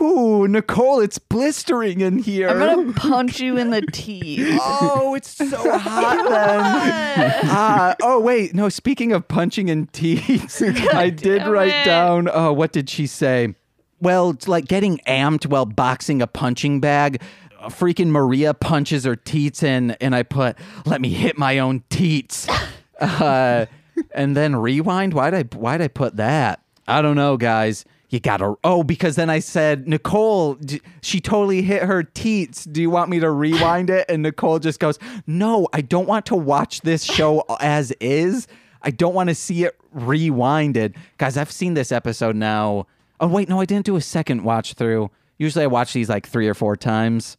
[SPEAKER 1] Ooh, Nicole, it's blistering in here.
[SPEAKER 3] I'm gonna punch you in the teeth.
[SPEAKER 1] Oh, it's so hot then. Ah, oh, wait. No, speaking of punching in teeth, I did
[SPEAKER 3] damn
[SPEAKER 1] write
[SPEAKER 3] it.
[SPEAKER 1] down. Oh, what did she say? Well, it's like getting amped while boxing a punching bag. Uh, Freaking Maria punches her teats in, and I put, let me hit my own teats. Uh, and then rewind. Why'd I, why'd I put that? I don't know, guys. You gotta. Oh, because then I said, Nicole, d- she totally hit her teats. Do you want me to rewind it? And Nicole just goes, No, I don't want to watch this show as is. I don't want to see it rewinded. Guys, I've seen this episode now. Oh, wait, no, I didn't do a second watch through. Usually I watch these like three or four times.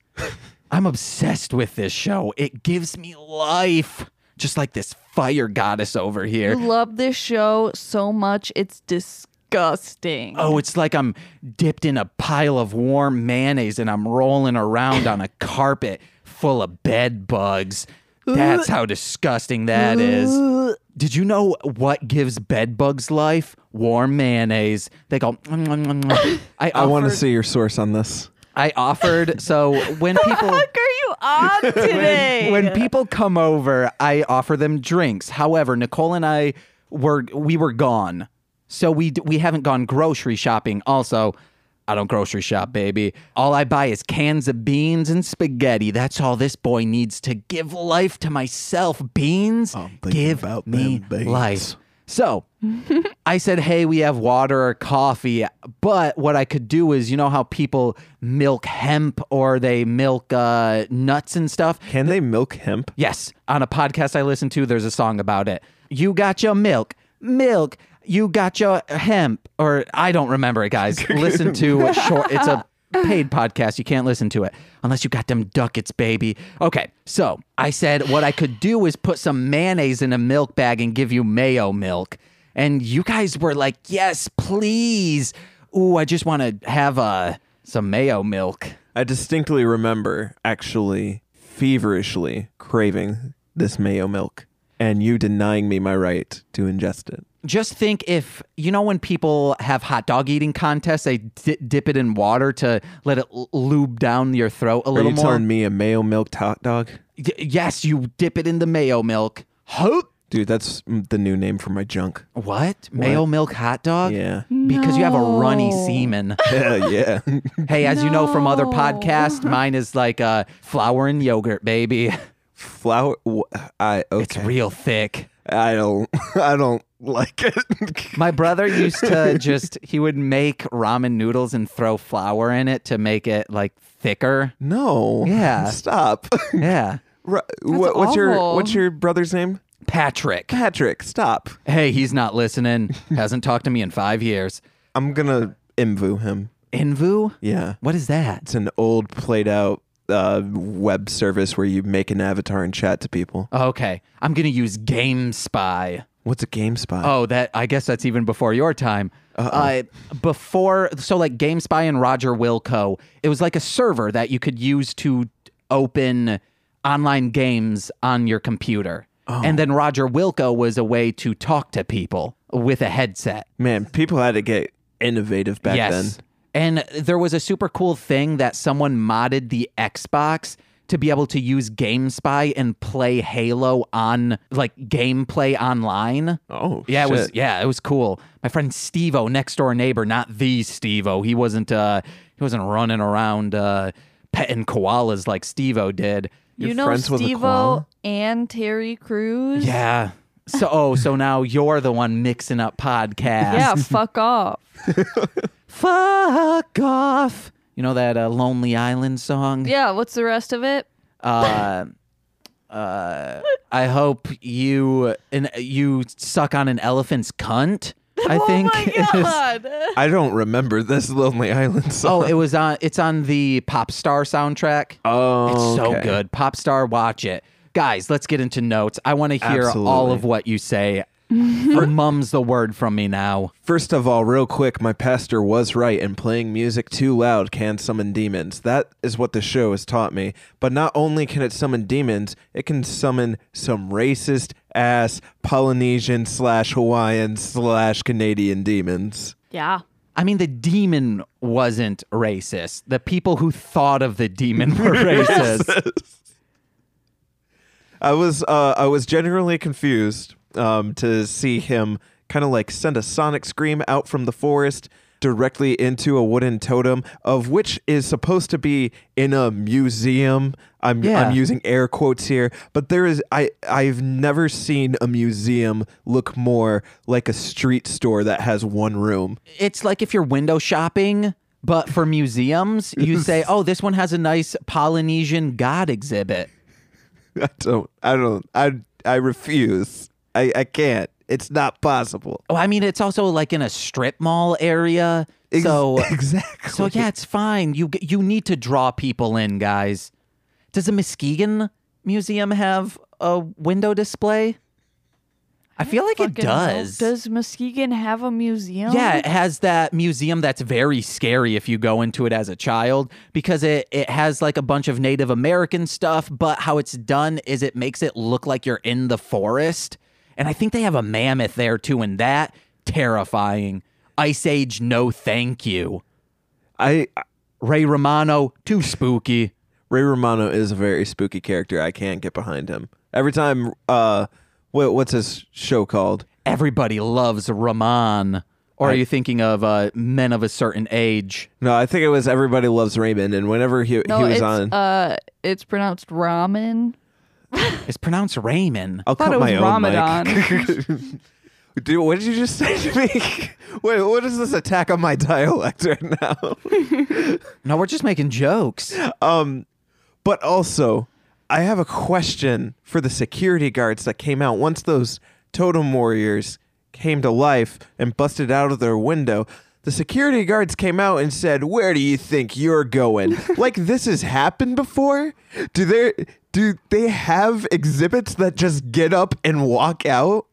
[SPEAKER 1] I'm obsessed with this show. It gives me life, just like this fire goddess over here.
[SPEAKER 3] I love this show so much. It's disgusting.
[SPEAKER 1] Oh, it's like I'm dipped in a pile of warm mayonnaise and I'm rolling around on a carpet full of bed bugs. That's how disgusting that is. Did you know what gives bed bugs life? Warm mayonnaise. They go. I,
[SPEAKER 4] I want to
[SPEAKER 1] offered-
[SPEAKER 4] see your source on this.
[SPEAKER 1] I offered. So when people.
[SPEAKER 3] Fuck are you on today?
[SPEAKER 1] when people come over, I offer them drinks. However, Nicole and I were we were gone, so we d- we haven't gone grocery shopping. Also, I don't grocery shop, baby. All I buy is cans of beans and spaghetti. That's all this boy needs to give life to myself. Beans,
[SPEAKER 4] thinking
[SPEAKER 1] give
[SPEAKER 4] about
[SPEAKER 1] me
[SPEAKER 4] them beans.
[SPEAKER 1] life. So I said, hey, we have water or coffee. But what I could do is, you know how people milk hemp or they milk uh, nuts and stuff?
[SPEAKER 4] Can they milk hemp?
[SPEAKER 1] Yes, on a podcast I listen to, there's a song about it. You got your milk, milk. You got your hemp, or I don't remember it, guys. listen to a short. It's a paid podcast. You can't listen to it unless you got them ducats, baby. Okay, so I said what I could do is put some mayonnaise in a milk bag and give you mayo milk, and you guys were like, "Yes, please." Ooh, I just want to have uh, some mayo milk.
[SPEAKER 4] I distinctly remember actually feverishly craving this mayo milk and you denying me my right to ingest it.
[SPEAKER 1] just think if you know when people have hot dog eating contests, they di- dip it in water to let it l- lube down your throat a
[SPEAKER 4] Are
[SPEAKER 1] little
[SPEAKER 4] you
[SPEAKER 1] more.
[SPEAKER 4] telling me a mayo milk hot dog?
[SPEAKER 1] Y- yes, you dip it in the mayo milk. Hope
[SPEAKER 4] Dude, that's mm, the new name for my junk.
[SPEAKER 1] what? mayo milk hot dog?
[SPEAKER 4] Yeah.
[SPEAKER 1] Because you have a runny
[SPEAKER 5] No.
[SPEAKER 1] semen.
[SPEAKER 4] Hell yeah.
[SPEAKER 1] Hey, as you know from other
[SPEAKER 5] No.
[SPEAKER 1] podcasts, mine is like uh, flour and yogurt, baby.
[SPEAKER 4] Flour wh- I okay.
[SPEAKER 1] It's real thick.
[SPEAKER 4] I don't I don't like it.
[SPEAKER 1] My brother used to just, he would make ramen noodles and throw flour in it to make it like thicker.
[SPEAKER 4] no.
[SPEAKER 1] Yeah.
[SPEAKER 4] Stop.
[SPEAKER 1] Yeah.
[SPEAKER 4] Ru- what, what's your
[SPEAKER 5] awful.
[SPEAKER 4] What's your brother's name?
[SPEAKER 1] Patrick.
[SPEAKER 4] Patrick. Stop.
[SPEAKER 1] Hey, he's not listening. Hasn't talked to me in five years.
[SPEAKER 4] I'm gonna invu him.
[SPEAKER 1] Envu?
[SPEAKER 4] Yeah.
[SPEAKER 1] What is that?
[SPEAKER 4] It's an old played out uh, web service where you make an avatar and chat to people.
[SPEAKER 1] Okay, I'm gonna use Game Spy.
[SPEAKER 4] What's a GameSpot?
[SPEAKER 1] Oh, that I guess that's even before your time. Uh, before, so like GameSpy and Roger Wilco, it was like a server that you could use to open online games on your computer. And then Roger Wilco was a way to talk to people with a headset.
[SPEAKER 4] Man, people had to get innovative back
[SPEAKER 1] yes.
[SPEAKER 4] then.
[SPEAKER 1] And there was a super cool thing that someone modded the Xbox to be able to use GameSpy and play Halo on like gameplay online.
[SPEAKER 4] Oh,
[SPEAKER 1] Yeah, it was
[SPEAKER 4] shit.
[SPEAKER 1] yeah, it was cool. My friend Stevo, next door neighbor, not the Stevo. He wasn't uh he wasn't running around uh petting koalas like Stevo did.
[SPEAKER 3] you know
[SPEAKER 4] friends with a koala?
[SPEAKER 3] Stevo and Terry Crews?
[SPEAKER 1] Yeah. So oh, so now you're the one mixing up podcasts.
[SPEAKER 3] Yeah, fuck off.
[SPEAKER 1] Fuck off. You know that uh, Lonely Island song?
[SPEAKER 3] Yeah, what's the rest of it?
[SPEAKER 1] Uh uh I hope you and you suck on an elephant's cunt. I think
[SPEAKER 3] Oh my
[SPEAKER 1] is-
[SPEAKER 3] god.
[SPEAKER 4] I don't remember this Lonely Island
[SPEAKER 1] Oh,
[SPEAKER 4] song.
[SPEAKER 1] it was on. It's on the pop star soundtrack.
[SPEAKER 4] Oh,
[SPEAKER 1] it's so
[SPEAKER 4] okay.
[SPEAKER 1] good. Pop star, watch it, guys. Let's get into notes. I want to hear all
[SPEAKER 4] Absolutely.
[SPEAKER 1] of what you say. For mum's the word from me now.
[SPEAKER 4] First of all, real quick, my pastor was right, and playing music too loud can summon demons. That is what the show has taught me. But not only can it summon demons, it can summon some racist ass Polynesian slash Hawaiian slash Canadian demons.
[SPEAKER 3] yeah.
[SPEAKER 1] I mean, the demon wasn't racist. The people who thought of the demon were racist.
[SPEAKER 4] I was uh, I was generally confused um, to see him kind of like send a sonic scream out from the forest directly into a wooden totem of which is supposed to be in a museum. I'm
[SPEAKER 1] Yeah.
[SPEAKER 4] I'm using air quotes here, but there is I I've never seen a museum look more like a street store that has one room.
[SPEAKER 1] it's like if you're window shopping, but for museums, you say, "Oh, this one has a nice Polynesian god exhibit."
[SPEAKER 4] I don't I don't I I refuse. I I can't. It's not possible.
[SPEAKER 1] Oh, I mean, it's also like in a strip mall area.
[SPEAKER 4] Ex-
[SPEAKER 1] so
[SPEAKER 4] exactly.
[SPEAKER 1] So yeah, it's fine. You g- you need to draw people in, guys. Does the Muskegon Museum have a window display? I, feel like it
[SPEAKER 3] Fucking hell.
[SPEAKER 1] does.
[SPEAKER 3] Does Muskegon have a museum?
[SPEAKER 1] Yeah, it has that museum that's very scary if you go into it as a child because it, it has like a bunch of Native American stuff, but how it's done is it makes it look like you're in the forest. And I think they have a mammoth there too, and that terrifying. Ice Age, no thank you.
[SPEAKER 4] I
[SPEAKER 1] Ray Romano, too spooky.
[SPEAKER 4] Ray Romano is a very spooky character. I can't get behind him. Every time, uh, wha- what's his show called?
[SPEAKER 1] Everybody loves Ramon. Or are you thinking of uh, men of a certain age?
[SPEAKER 4] No, I think it was Everybody Loves Raymond. And whenever he,
[SPEAKER 3] No,
[SPEAKER 4] he was
[SPEAKER 3] it's
[SPEAKER 4] on,
[SPEAKER 3] uh it's pronounced ramen.
[SPEAKER 1] It's pronounced Raymond.
[SPEAKER 4] I'll
[SPEAKER 5] thought
[SPEAKER 4] cut
[SPEAKER 5] it was
[SPEAKER 4] my own mic.
[SPEAKER 5] Ramadan.
[SPEAKER 4] Dude, what did you just say to me? Wait, what is this attack on my dialect right now?
[SPEAKER 1] No, we're just making jokes.
[SPEAKER 4] Um, but also, I have a question for the security guards that came out once those totem warriors came to life and busted out of their window. The security guards came out and said, "Where do you think you're going?" like this has happened before? Do they do they have exhibits that just get up and walk out?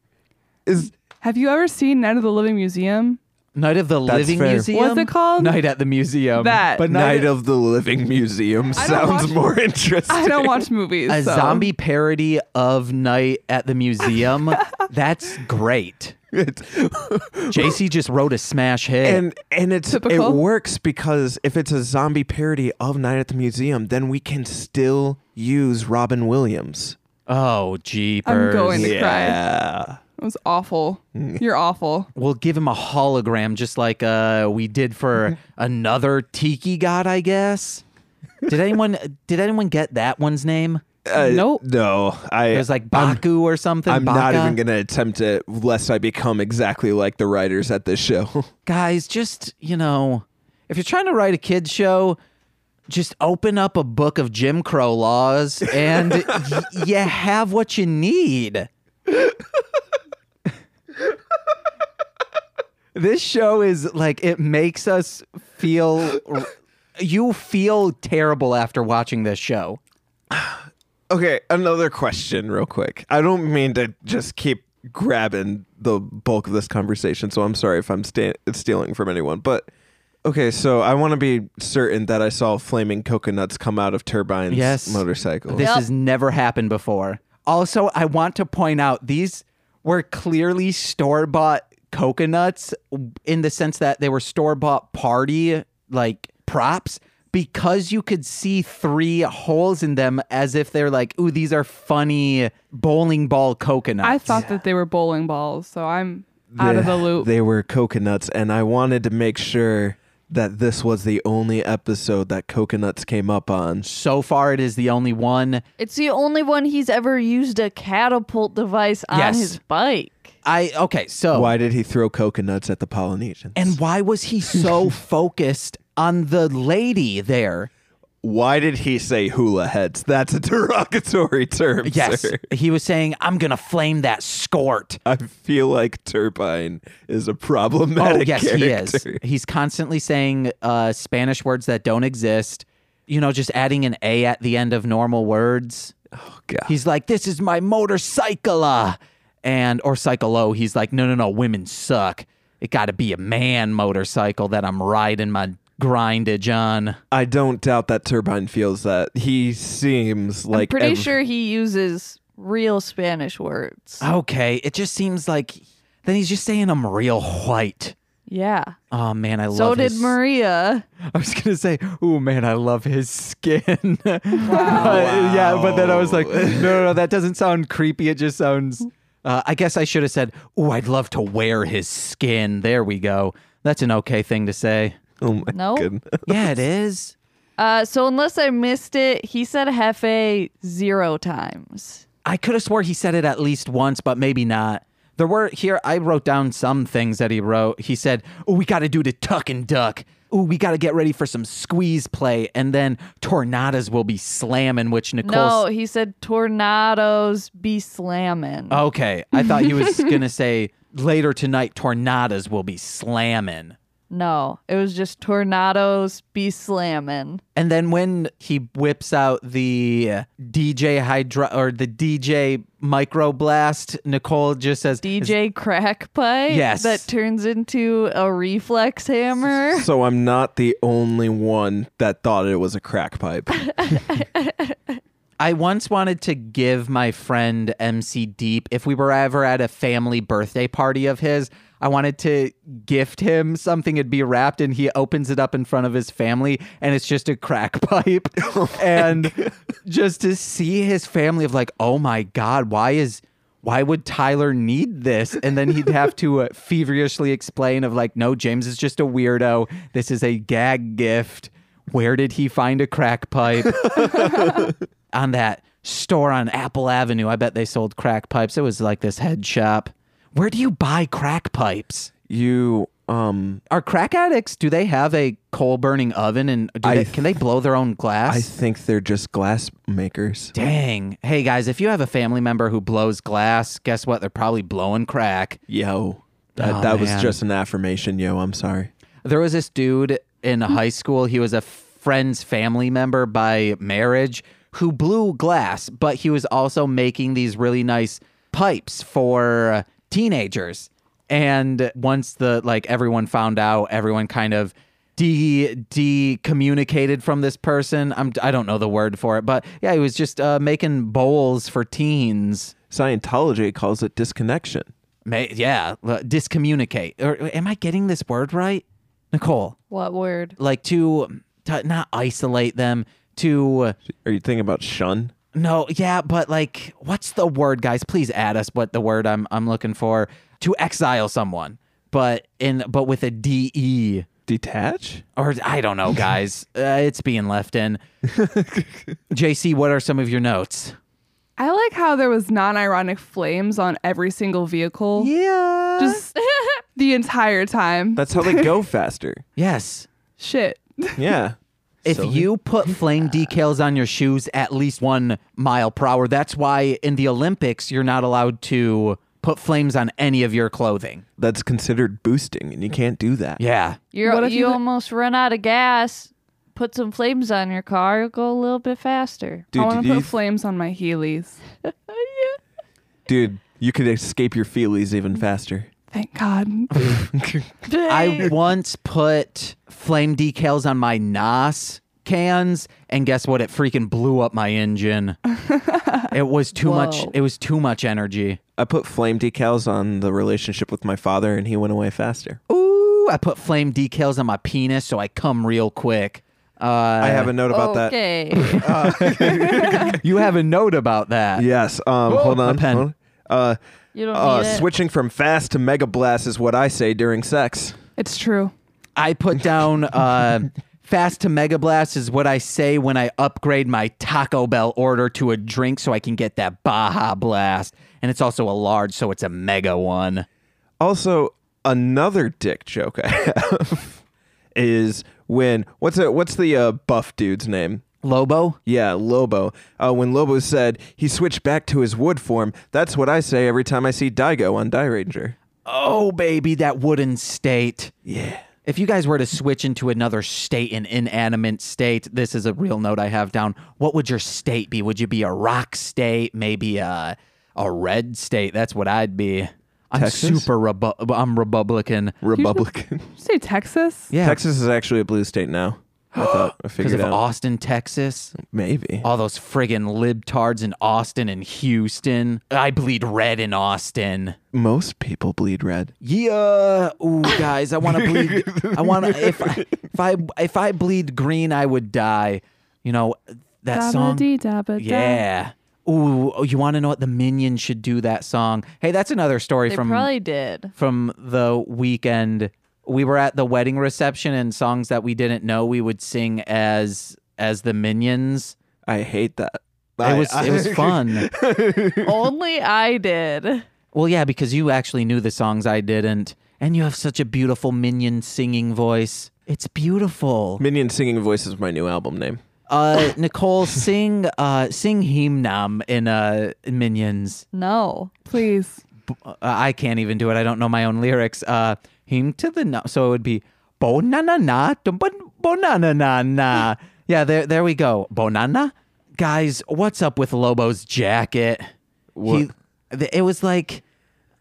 [SPEAKER 4] Is
[SPEAKER 5] Have you ever seen Night of the Living Museum?
[SPEAKER 1] Night of the
[SPEAKER 4] That's
[SPEAKER 1] Living
[SPEAKER 4] fair.
[SPEAKER 1] Museum.
[SPEAKER 5] What's it called?
[SPEAKER 1] Night at the Museum.
[SPEAKER 5] That.
[SPEAKER 1] But
[SPEAKER 4] Night,
[SPEAKER 1] night,
[SPEAKER 4] of the Living Museum sounds
[SPEAKER 5] e- watch-
[SPEAKER 4] more interesting.
[SPEAKER 5] I don't watch movies.
[SPEAKER 1] a
[SPEAKER 5] so.
[SPEAKER 1] zombie parody of Night at the Museum. That's great. JC just wrote a smash hit.
[SPEAKER 4] and and it's it
[SPEAKER 5] Eh. Typical.
[SPEAKER 4] works because if it's a zombie parody of Night at the Museum, then we can still use Robin Williams.
[SPEAKER 1] oh, jeepers.
[SPEAKER 5] I'm going to cry.
[SPEAKER 4] Yeah.
[SPEAKER 5] It was awful.
[SPEAKER 1] Mm.
[SPEAKER 5] You're awful.
[SPEAKER 1] We'll give him a hologram just like uh, we did for another Tiki God, I guess. Did anyone did anyone get that one's name?
[SPEAKER 5] nope.
[SPEAKER 4] No, I.
[SPEAKER 1] It was like Baku or something.
[SPEAKER 4] Uh, I'm not
[SPEAKER 1] Baka.
[SPEAKER 4] even gonna attempt it, lest I become exactly like the writers at this show.
[SPEAKER 1] guys, just you know, if you're trying to write a kids show, just open up a book of Jim Crow laws and y- you have what you need. this show is like, it makes us feel. You feel terrible after watching this show.
[SPEAKER 4] Okay, another question, real quick. I don't mean to just keep grabbing the bulk of this conversation, so I'm sorry if I'm sta- stealing from anyone. But okay, so I want to be certain that I saw flaming coconuts come out of turbines.
[SPEAKER 1] Yes.
[SPEAKER 4] motorcycle.
[SPEAKER 1] This
[SPEAKER 3] Yep.
[SPEAKER 1] has never happened before. Also, I want to point out these were clearly store bought coconuts in the sense that they were store bought party like props because you could see three holes in them as if they're like, ooh, these are funny bowling ball coconuts.
[SPEAKER 5] I thought that they were bowling balls, so I'm out of the loop.
[SPEAKER 4] They were coconuts, and I wanted to make sure that this was the only episode that coconuts came up on.
[SPEAKER 1] so far, it is the only one.
[SPEAKER 3] It's the only one he's ever used a catapult device on
[SPEAKER 1] Yes.
[SPEAKER 3] his bike.
[SPEAKER 1] I okay, so
[SPEAKER 4] Why did he throw coconuts at the Polynesians?
[SPEAKER 1] Oh. and why was he so focused on the lady there?
[SPEAKER 4] why did he say hula heads? That's a derogatory term.
[SPEAKER 1] Yes,
[SPEAKER 4] sir.
[SPEAKER 1] he was saying, "I'm gonna flame that scort."
[SPEAKER 4] I feel like Turbine is a problematic
[SPEAKER 1] Oh yes, he
[SPEAKER 4] character.
[SPEAKER 1] is. He's constantly saying uh, Spanish words that don't exist. You know, just adding an a at the end of normal words.
[SPEAKER 4] Oh, God.
[SPEAKER 1] He's like, "This is my motorcycle," and or cyclo. He's like, "No, no, no, women suck. It got to be a man motorcycle that I'm riding my grindage on."
[SPEAKER 4] I don't doubt that Turbine feels that. He seems like
[SPEAKER 3] I'm pretty
[SPEAKER 4] ev-
[SPEAKER 3] sure he uses real Spanish words.
[SPEAKER 1] Okay, it just seems like then he's just saying I'm real white.
[SPEAKER 3] Yeah.
[SPEAKER 1] Oh man, I
[SPEAKER 3] So
[SPEAKER 1] love.
[SPEAKER 3] did
[SPEAKER 1] his-
[SPEAKER 3] Maria.
[SPEAKER 1] I was gonna say, oh man, I love his skin. But, yeah, but then I was like, no, no, no, that doesn't sound creepy. It just sounds. Uh, I guess I should have said, oh, I'd love to wear his skin. There we go. That's an okay thing to say.
[SPEAKER 4] Oh my
[SPEAKER 3] No.
[SPEAKER 4] goodness.
[SPEAKER 1] Yeah, it is.
[SPEAKER 3] Uh, so unless I missed it, he said Hefe zero times.
[SPEAKER 1] I could have swore he said it at least once, but maybe not. There were here. I wrote down some things that he wrote. He said, "Oh, we got to do the tuck and duck. Oh, we got to get ready for some squeeze play, and then tornadoes will be slamming." Which Nicole
[SPEAKER 3] No, he said tornadoes be slamming.
[SPEAKER 1] Okay, I thought he was gonna say later tonight tornadoes will be slamming.
[SPEAKER 3] No, it was just tornadoes be slamming.
[SPEAKER 1] And then when he whips out the DJ hydro or the DJ micro blast, Nicole just says
[SPEAKER 3] DJ crack pipe
[SPEAKER 1] Yes.
[SPEAKER 3] that turns into a reflex hammer.
[SPEAKER 4] So I'm not the only one that thought it was a crack pipe.
[SPEAKER 1] I once wanted to give my friend MC Deep, if we were ever at a family birthday party of his, I wanted to gift him something. It'd be wrapped, and he opens it up in front of his family, and it's just a crack pipe. and just to see his family of like, oh my god, why is why would Tyler need this? And then he'd have to uh, feverishly explain of like, no, James is just a weirdo. This is a gag gift. Where did he find a crack pipe? on that store on Apple Avenue. I bet they sold crack pipes. It was like this head shop. Where do you buy crack pipes?
[SPEAKER 4] you um
[SPEAKER 1] Are crack addicts? Do they have a coal burning oven and do
[SPEAKER 4] I
[SPEAKER 1] they,
[SPEAKER 4] th-
[SPEAKER 1] can they blow their own
[SPEAKER 4] I
[SPEAKER 1] glass?
[SPEAKER 4] think they're just glass makers.
[SPEAKER 1] Dang! Hey guys, if you have a family member who blows glass, guess what? They're probably blowing crack.
[SPEAKER 4] Yo. That,
[SPEAKER 1] Oh,
[SPEAKER 4] that was
[SPEAKER 1] man.
[SPEAKER 4] just an affirmation, yo. I'm sorry.
[SPEAKER 1] There was this dude in high school. He was a friend's family member by marriage who blew glass, but he was also making these really nice pipes for teenagers. And once the like everyone found out, everyone kind of de de communicated from this person. I'm I don't know the word for it, but yeah, he was just uh, making bowls for teens.
[SPEAKER 4] Scientology calls it disconnection.
[SPEAKER 1] Ma yeah, l- discommunicate. Or am I getting this word right, Nicole?
[SPEAKER 3] What word?
[SPEAKER 1] like to, to not isolate them to
[SPEAKER 4] Are you thinking about shun?
[SPEAKER 1] no yeah but like what's the word guys please add us what the word i'm i'm looking for to exile someone but in but with a de
[SPEAKER 4] Detach?
[SPEAKER 1] or i don't know guys uh, it's being left in jc what are some of your notes
[SPEAKER 5] I like how there was non-ironic flames on every single vehicle.
[SPEAKER 4] Yeah.
[SPEAKER 5] Just the entire time.
[SPEAKER 4] That's how they go faster.
[SPEAKER 1] yes
[SPEAKER 5] Shit.
[SPEAKER 4] Yeah.
[SPEAKER 1] If
[SPEAKER 4] So-
[SPEAKER 1] you put flame decals on your shoes at least one mile per hour, that's why in the Olympics you're not allowed to put flames on any of your clothing.
[SPEAKER 4] That's considered boosting, and you can't do that.
[SPEAKER 1] Yeah.
[SPEAKER 3] You're,
[SPEAKER 5] What if
[SPEAKER 3] you
[SPEAKER 5] you-
[SPEAKER 3] almost run out of gas. Put some flames on your car. You'll go a little bit faster.
[SPEAKER 5] I
[SPEAKER 4] Dude,
[SPEAKER 5] want
[SPEAKER 4] do
[SPEAKER 5] to
[SPEAKER 4] you-
[SPEAKER 5] put flames on my Heelys.
[SPEAKER 4] dude, you could escape your feelies even faster.
[SPEAKER 5] Thank God.
[SPEAKER 1] I once put flame decals on my NAS cans, and guess what? It freaking blew up my engine. it was too much.
[SPEAKER 3] Whoa.
[SPEAKER 1] It was too much energy.
[SPEAKER 4] I put flame decals on the relationship with my father, and he went away faster.
[SPEAKER 1] Ooh, I put flame decals on my penis, so I come real quick. Uh,
[SPEAKER 4] I have a note about that.
[SPEAKER 3] okay.
[SPEAKER 1] You have a note about that.
[SPEAKER 4] Yes. Um,
[SPEAKER 1] Whoa,
[SPEAKER 4] hold on.
[SPEAKER 1] my pen.
[SPEAKER 4] hold on. Uh,
[SPEAKER 3] You don't
[SPEAKER 4] uh,
[SPEAKER 3] need it.
[SPEAKER 4] switching from fast to mega blast is what I say during sex.
[SPEAKER 5] It's true.
[SPEAKER 1] I put down uh, fast to mega blast is what I say when I upgrade my Taco Bell order to a drink, so I can get that Baja Blast, and it's also a large, so it's a mega one.
[SPEAKER 4] Also, another dick joke I have is when what's it? What's the uh, buff dude's name?
[SPEAKER 1] Lobo.
[SPEAKER 4] Yeah, Lobo. Uh, when Lobo said he switched back to his wood form, that's what I say every time I see Daigo on Die Ranger.
[SPEAKER 1] Oh, baby, that wooden state.
[SPEAKER 4] Yeah.
[SPEAKER 1] If you guys were to switch into another state, an inanimate state, this is a real note I have down. What would your state be? Would you be a rock state? Maybe a a red state? That's what I'd be. I'm
[SPEAKER 4] Texas?
[SPEAKER 1] super rebu- I'm Republican.
[SPEAKER 4] Republican.
[SPEAKER 5] Did you say Texas?
[SPEAKER 1] Yeah,
[SPEAKER 4] Texas is actually a blue state now. I thought I
[SPEAKER 1] because
[SPEAKER 4] figured
[SPEAKER 1] of
[SPEAKER 4] out.
[SPEAKER 1] Austin, Texas.
[SPEAKER 4] Maybe.
[SPEAKER 1] All those friggin' libtards in Austin and Houston. I bleed red in Austin.
[SPEAKER 4] Most people bleed red.
[SPEAKER 1] Yeah. Ooh, guys, I want to bleed. I want to. If I, if I if I bleed green, I would die. You know that song.
[SPEAKER 5] Dabba-dee, dabba-da.
[SPEAKER 1] Yeah. Ooh, oh, you want to know what the Minions should do that song? Hey, that's another story
[SPEAKER 3] they
[SPEAKER 1] from
[SPEAKER 3] probably did.
[SPEAKER 1] from the weekend. We were at the wedding reception, and songs that we didn't know we would sing as as the Minions.
[SPEAKER 4] I hate that.
[SPEAKER 1] It was it was fun.
[SPEAKER 3] Only I did.
[SPEAKER 1] Well, yeah, because you actually knew the songs I didn't. And you have such a beautiful minion singing voice. It's beautiful.
[SPEAKER 4] Minion singing voice is my new album name.
[SPEAKER 1] Uh, Nicole, sing uh, sing Himnam in uh, Minions.
[SPEAKER 3] No.
[SPEAKER 5] Please.
[SPEAKER 1] B- uh, I can't even do it. I don't know my own lyrics. Uh, him to the no. So it would be bonana na dum bun- bonana na na. Yeah, there there we go. Bonana, guys. What's up with Lobo's jacket? He, th- it was like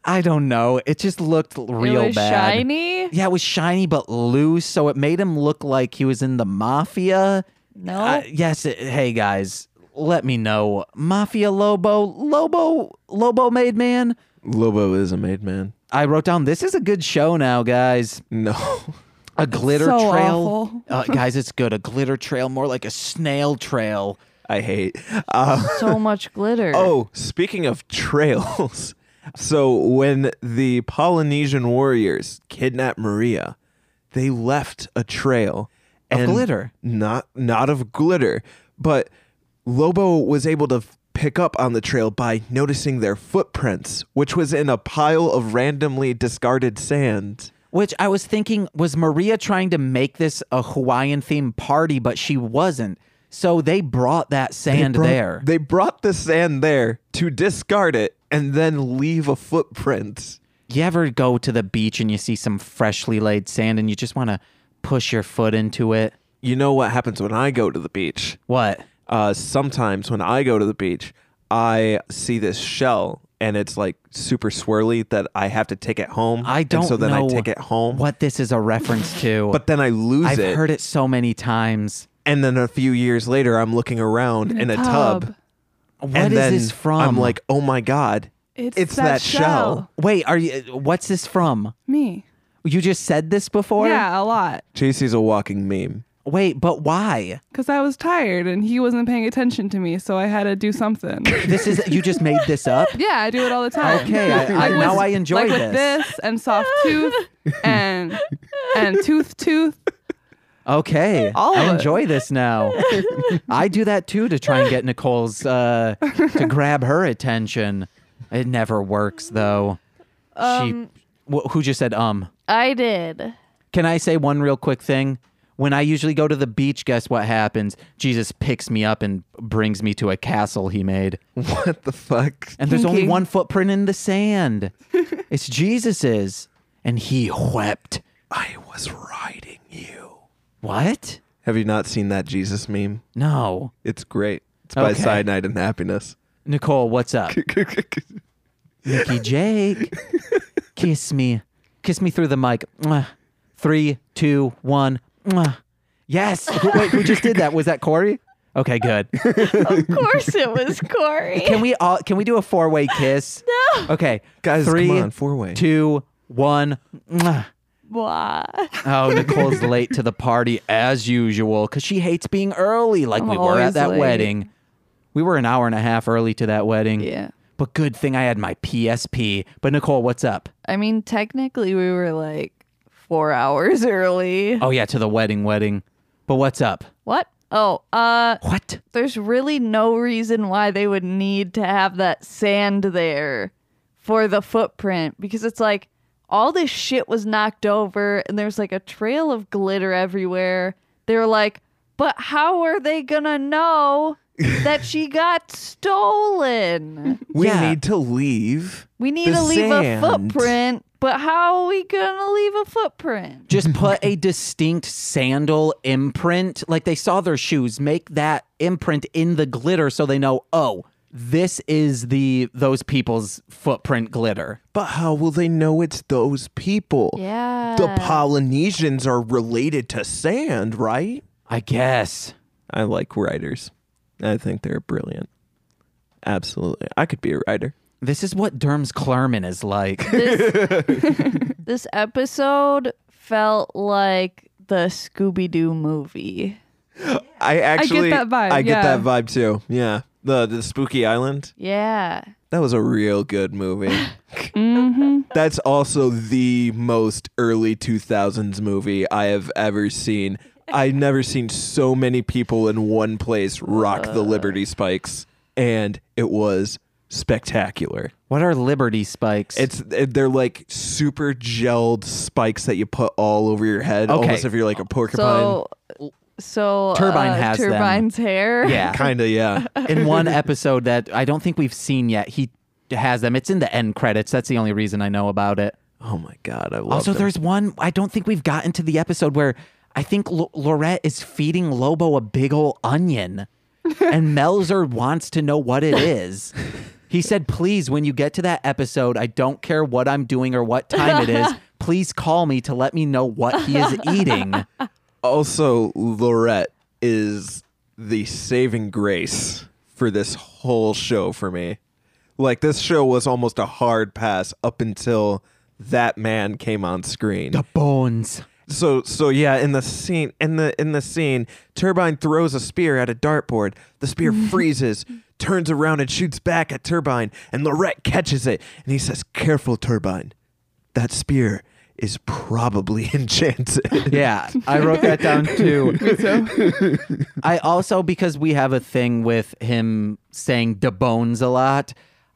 [SPEAKER 1] I don't know. It just looked l- real
[SPEAKER 3] it was
[SPEAKER 1] bad.
[SPEAKER 3] shiny.
[SPEAKER 1] Yeah, it was shiny but loose, so it made him look like he was in the mafia.
[SPEAKER 3] No.
[SPEAKER 1] Uh, yes. It, hey guys, let me know. Mafia Lobo, Lobo, Lobo made man.
[SPEAKER 4] Lobo is a made man.
[SPEAKER 1] I wrote down this is a good show now, guys.
[SPEAKER 4] No.
[SPEAKER 1] A glitter
[SPEAKER 5] So
[SPEAKER 1] trail,
[SPEAKER 5] awful.
[SPEAKER 1] uh, guys. It's good. A glitter trail, more like a snail trail.
[SPEAKER 4] I hate. Uh,
[SPEAKER 3] so much glitter.
[SPEAKER 4] oh, speaking of trails. So when the Polynesian warriors kidnapped Maria, they left a trail
[SPEAKER 1] Of
[SPEAKER 4] and
[SPEAKER 1] glitter.
[SPEAKER 4] Not not of glitter, but Lobo was able to f- pick up on the trail by noticing their footprints, which was in a pile of randomly discarded sand.
[SPEAKER 1] Which I was thinking was Maria trying to make this a Hawaiian themed party, but she wasn't. So they brought that sand
[SPEAKER 4] brought-
[SPEAKER 1] there.
[SPEAKER 4] They brought the sand there to discard it and then leave a footprint.
[SPEAKER 1] you ever go to the beach and you see some freshly laid sand and you just want to push your foot into it?
[SPEAKER 4] You know what happens when I go to the beach?
[SPEAKER 1] What?
[SPEAKER 4] Uh, sometimes when I go to the beach, I see this shell and it's like super swirly that I have to take it home.
[SPEAKER 1] I
[SPEAKER 4] And
[SPEAKER 1] don't
[SPEAKER 4] so then
[SPEAKER 1] know
[SPEAKER 4] I take it home.
[SPEAKER 1] what this is a reference to.
[SPEAKER 4] But then I lose
[SPEAKER 1] I've
[SPEAKER 4] it.
[SPEAKER 1] heard it so many times.
[SPEAKER 4] and then a few years later, I'm looking around in a tub.
[SPEAKER 1] What is
[SPEAKER 4] and then
[SPEAKER 1] this from?
[SPEAKER 4] I'm like, oh my God.
[SPEAKER 5] It's,
[SPEAKER 4] It's that
[SPEAKER 5] that,
[SPEAKER 4] shell.
[SPEAKER 1] Wait, are you? What's this from?
[SPEAKER 5] Me.
[SPEAKER 1] You just said this before.
[SPEAKER 5] yeah, a lot.
[SPEAKER 4] JC's a walking meme.
[SPEAKER 1] Wait, but why?
[SPEAKER 5] Because I was tired and he wasn't paying attention to me, so I had to do something.
[SPEAKER 1] This is you just made this up.
[SPEAKER 5] yeah, I do it all the time.
[SPEAKER 1] Okay, I- I-
[SPEAKER 5] Like
[SPEAKER 1] now I enjoy
[SPEAKER 5] like
[SPEAKER 1] this.
[SPEAKER 5] with this and soft tooth and and tooth tooth.
[SPEAKER 1] Okay,
[SPEAKER 5] All
[SPEAKER 1] I
[SPEAKER 5] of it.
[SPEAKER 1] enjoy this now. I do that too to try and get Nicole's uh, to grab her attention. It never works though.
[SPEAKER 3] Um,
[SPEAKER 1] she, wh- who just said um?
[SPEAKER 3] I did.
[SPEAKER 1] Can I say one real quick thing? When I usually go to the beach, guess what happens? Jesus picks me up and brings me to a castle he made.
[SPEAKER 4] What the fuck?
[SPEAKER 1] And there's only
[SPEAKER 5] Kinky.
[SPEAKER 1] one footprint in the sand. it's Jesus's. And he wept.
[SPEAKER 4] I was riding you.
[SPEAKER 1] What?
[SPEAKER 4] Have you not seen that Jesus meme?
[SPEAKER 1] No.
[SPEAKER 4] It's great. It's by
[SPEAKER 1] Okay.
[SPEAKER 4] Cyanide and Happiness.
[SPEAKER 1] Nicole, what's up? Nikki Jake, kiss me. Kiss me through the mic. Mwah. Three, two, one. Mwah. Yes. Who- Wait, who just did that? Was that Corey? Okay, good.
[SPEAKER 3] Of course it was Corey.
[SPEAKER 1] Can we all can we do a four way kiss? No. Okay.
[SPEAKER 4] Guys, come
[SPEAKER 1] three,
[SPEAKER 4] on, four-way.
[SPEAKER 1] Two, one. Mwah.
[SPEAKER 3] Blah.
[SPEAKER 1] Oh, Nicole's late to the party as usual because she hates being early like
[SPEAKER 3] I'm
[SPEAKER 1] we were at
[SPEAKER 3] always
[SPEAKER 1] that
[SPEAKER 3] late.
[SPEAKER 1] wedding. We were an hour and a half early to that wedding.
[SPEAKER 3] Yeah.
[SPEAKER 1] But good thing I had my PSP. But Nicole, what's up?
[SPEAKER 3] I mean, technically, we were like four hours early.
[SPEAKER 1] Oh yeah, to the wedding, wedding. But what's up?
[SPEAKER 3] What? Oh, uh,
[SPEAKER 1] What?
[SPEAKER 3] there's really no reason why they would need to have that sand there for the footprint because it's like all this shit was knocked over and there's like a trail of glitter everywhere. They were like, but how are they gonna know that she got stolen?
[SPEAKER 4] We
[SPEAKER 1] Yeah.
[SPEAKER 4] need to leave.
[SPEAKER 3] We need
[SPEAKER 4] The
[SPEAKER 3] to leave
[SPEAKER 4] sand.
[SPEAKER 3] a footprint, but how are we gonna leave a footprint?
[SPEAKER 1] Just put a distinct sandal imprint. Like they saw their shoes. Make that imprint in the glitter so they know, oh, this is the those people's footprint glitter.
[SPEAKER 4] But how will they know it's those people?
[SPEAKER 3] Yeah.
[SPEAKER 4] The Polynesians are related to sand, right?
[SPEAKER 1] I guess.
[SPEAKER 4] I like writers. I think they're brilliant. Absolutely. I could be a writer.
[SPEAKER 1] This is what Derms Clerman is like.
[SPEAKER 3] this, this episode felt like the Scooby Doo movie.
[SPEAKER 4] I actually
[SPEAKER 5] that vibe,
[SPEAKER 4] I get
[SPEAKER 5] yeah.
[SPEAKER 4] that vibe too. Yeah. The the Spooky Island.
[SPEAKER 3] Yeah.
[SPEAKER 4] That was a real good movie. That's also the most early 2000s movie I have ever seen. I've never seen so many people in one place rock the Liberty Spikes, and it was spectacular.
[SPEAKER 1] what are liberty spikes?
[SPEAKER 4] It's they're like super gelled spikes that you put all over your head,
[SPEAKER 1] Okay.
[SPEAKER 4] almost if you're like a porcupine.
[SPEAKER 3] So, so
[SPEAKER 1] Turbine
[SPEAKER 3] uh,
[SPEAKER 1] has them.
[SPEAKER 3] turbine's hair.
[SPEAKER 1] yeah.
[SPEAKER 4] Kinda, yeah.
[SPEAKER 1] in one episode that I don't think we've seen yet, he has them. It's in the end credits. That's the only reason I know about it.
[SPEAKER 4] oh my god, I love.
[SPEAKER 1] Also,
[SPEAKER 4] them.
[SPEAKER 1] there's one I don't think we've gotten to the episode where I think L- Lorette is feeding Lobo a big ol' onion, and Melzer wants to know what it is. He said, "Please, when you get to that episode, I don't care what I'm doing or what time it is. Please call me to let me know what he is eating."
[SPEAKER 4] also Lorette is the saving grace for this whole show for me. Like this show was almost a hard pass up until that man came on screen.
[SPEAKER 1] Bones.
[SPEAKER 4] So so yeah, in the scene in the in the scene, Turbine throws a spear at a dartboard. The spear freezes, turns around and shoots back at Turbine, and Lorette catches it and he says, "Careful, Turbine. That spear is probably enchanted."
[SPEAKER 1] Yeah, I wrote that down too. I also because we have a thing with him saying "de bones" a lot.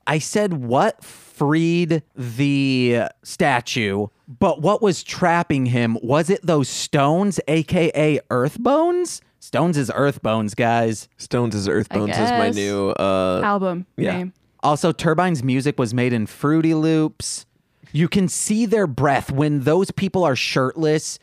[SPEAKER 1] I said what freed the statue, but what was trapping him? Was it those stones, aka earth bones? Stones is earth bones, guys.
[SPEAKER 4] Stones is Earth Bones is my
[SPEAKER 3] guess.
[SPEAKER 4] new uh
[SPEAKER 5] Album
[SPEAKER 4] Yeah.
[SPEAKER 5] name.
[SPEAKER 1] Also, Turbine's music was made in Fruity Loops. You can see their breath when those people are shirtless.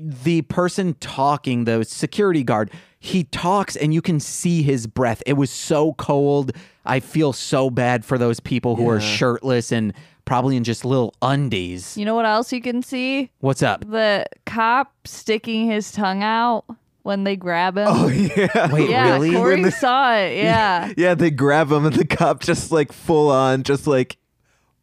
[SPEAKER 1] The person talking, the security guard, he talks and you can see his breath. It was so cold. I feel so bad for those people who are shirtless and probably in just little undies.
[SPEAKER 3] You know what else you can see?
[SPEAKER 1] What's up?
[SPEAKER 3] The cop sticking his tongue out when they grab him.
[SPEAKER 4] Oh, yeah.
[SPEAKER 1] Wait,
[SPEAKER 3] yeah,
[SPEAKER 1] Oh, really?
[SPEAKER 3] Corey saw it. Yeah.
[SPEAKER 4] Yeah, they grab him and the cop just like full on, just like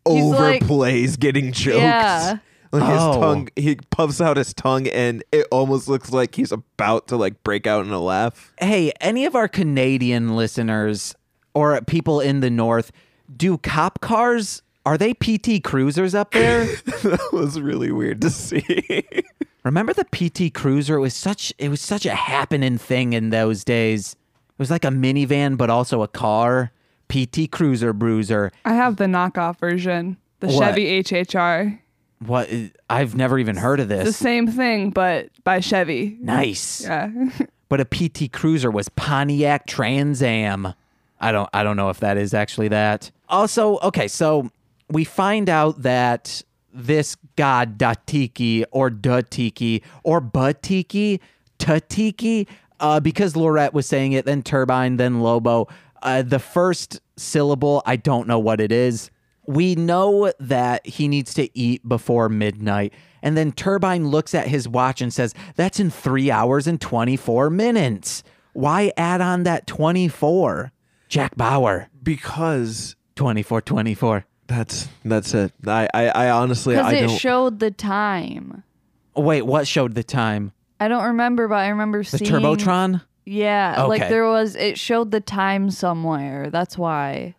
[SPEAKER 3] He's like-
[SPEAKER 4] overplays getting jokes.
[SPEAKER 3] Yeah.
[SPEAKER 4] Like his
[SPEAKER 1] Oh.
[SPEAKER 4] tongue, he puffs out his tongue, and it almost looks like he's about to like break out in a laugh.
[SPEAKER 1] hey, any of our Canadian listeners or people in the north, do cop cars are they PT cruisers up there?
[SPEAKER 4] that was really weird to see.
[SPEAKER 1] Remember the PT Cruiser? It was such it was such a happening thing in those days. It was like a minivan, but also a car. PT Cruiser Bruiser.
[SPEAKER 5] I have the knockoff version, the
[SPEAKER 1] What?
[SPEAKER 5] Chevy HHR.
[SPEAKER 1] What? is- I've never even heard of
[SPEAKER 5] The
[SPEAKER 1] this.
[SPEAKER 5] same thing, but by Chevy.
[SPEAKER 1] Nice.
[SPEAKER 5] Yeah.
[SPEAKER 1] But a PT Cruiser was Pontiac Trans Am. I don't. I don't know if that is actually that. Also, okay. So we find out that this god Datiki or Datiki or Batiki Tatiki, uh, because Lorette was saying it, then Turbine, then Lobo. Uh, the first syllable, I don't know what it is. We know that he needs to eat before midnight. And then Turbine looks at his watch and says, That's in three hours and 24 minutes. Why add on that 24? Jack Bauer,
[SPEAKER 4] because
[SPEAKER 1] 24, 24.
[SPEAKER 4] that's that's it. I I, I honestly
[SPEAKER 3] Because
[SPEAKER 4] I
[SPEAKER 3] it
[SPEAKER 4] don't.
[SPEAKER 3] showed the time.
[SPEAKER 1] Wait, what showed the time?
[SPEAKER 3] I don't remember, but I remember
[SPEAKER 1] The
[SPEAKER 3] seeing
[SPEAKER 1] Turbotron?
[SPEAKER 3] Yeah, like
[SPEAKER 1] Okay.
[SPEAKER 3] there was. It showed the time somewhere. That's why.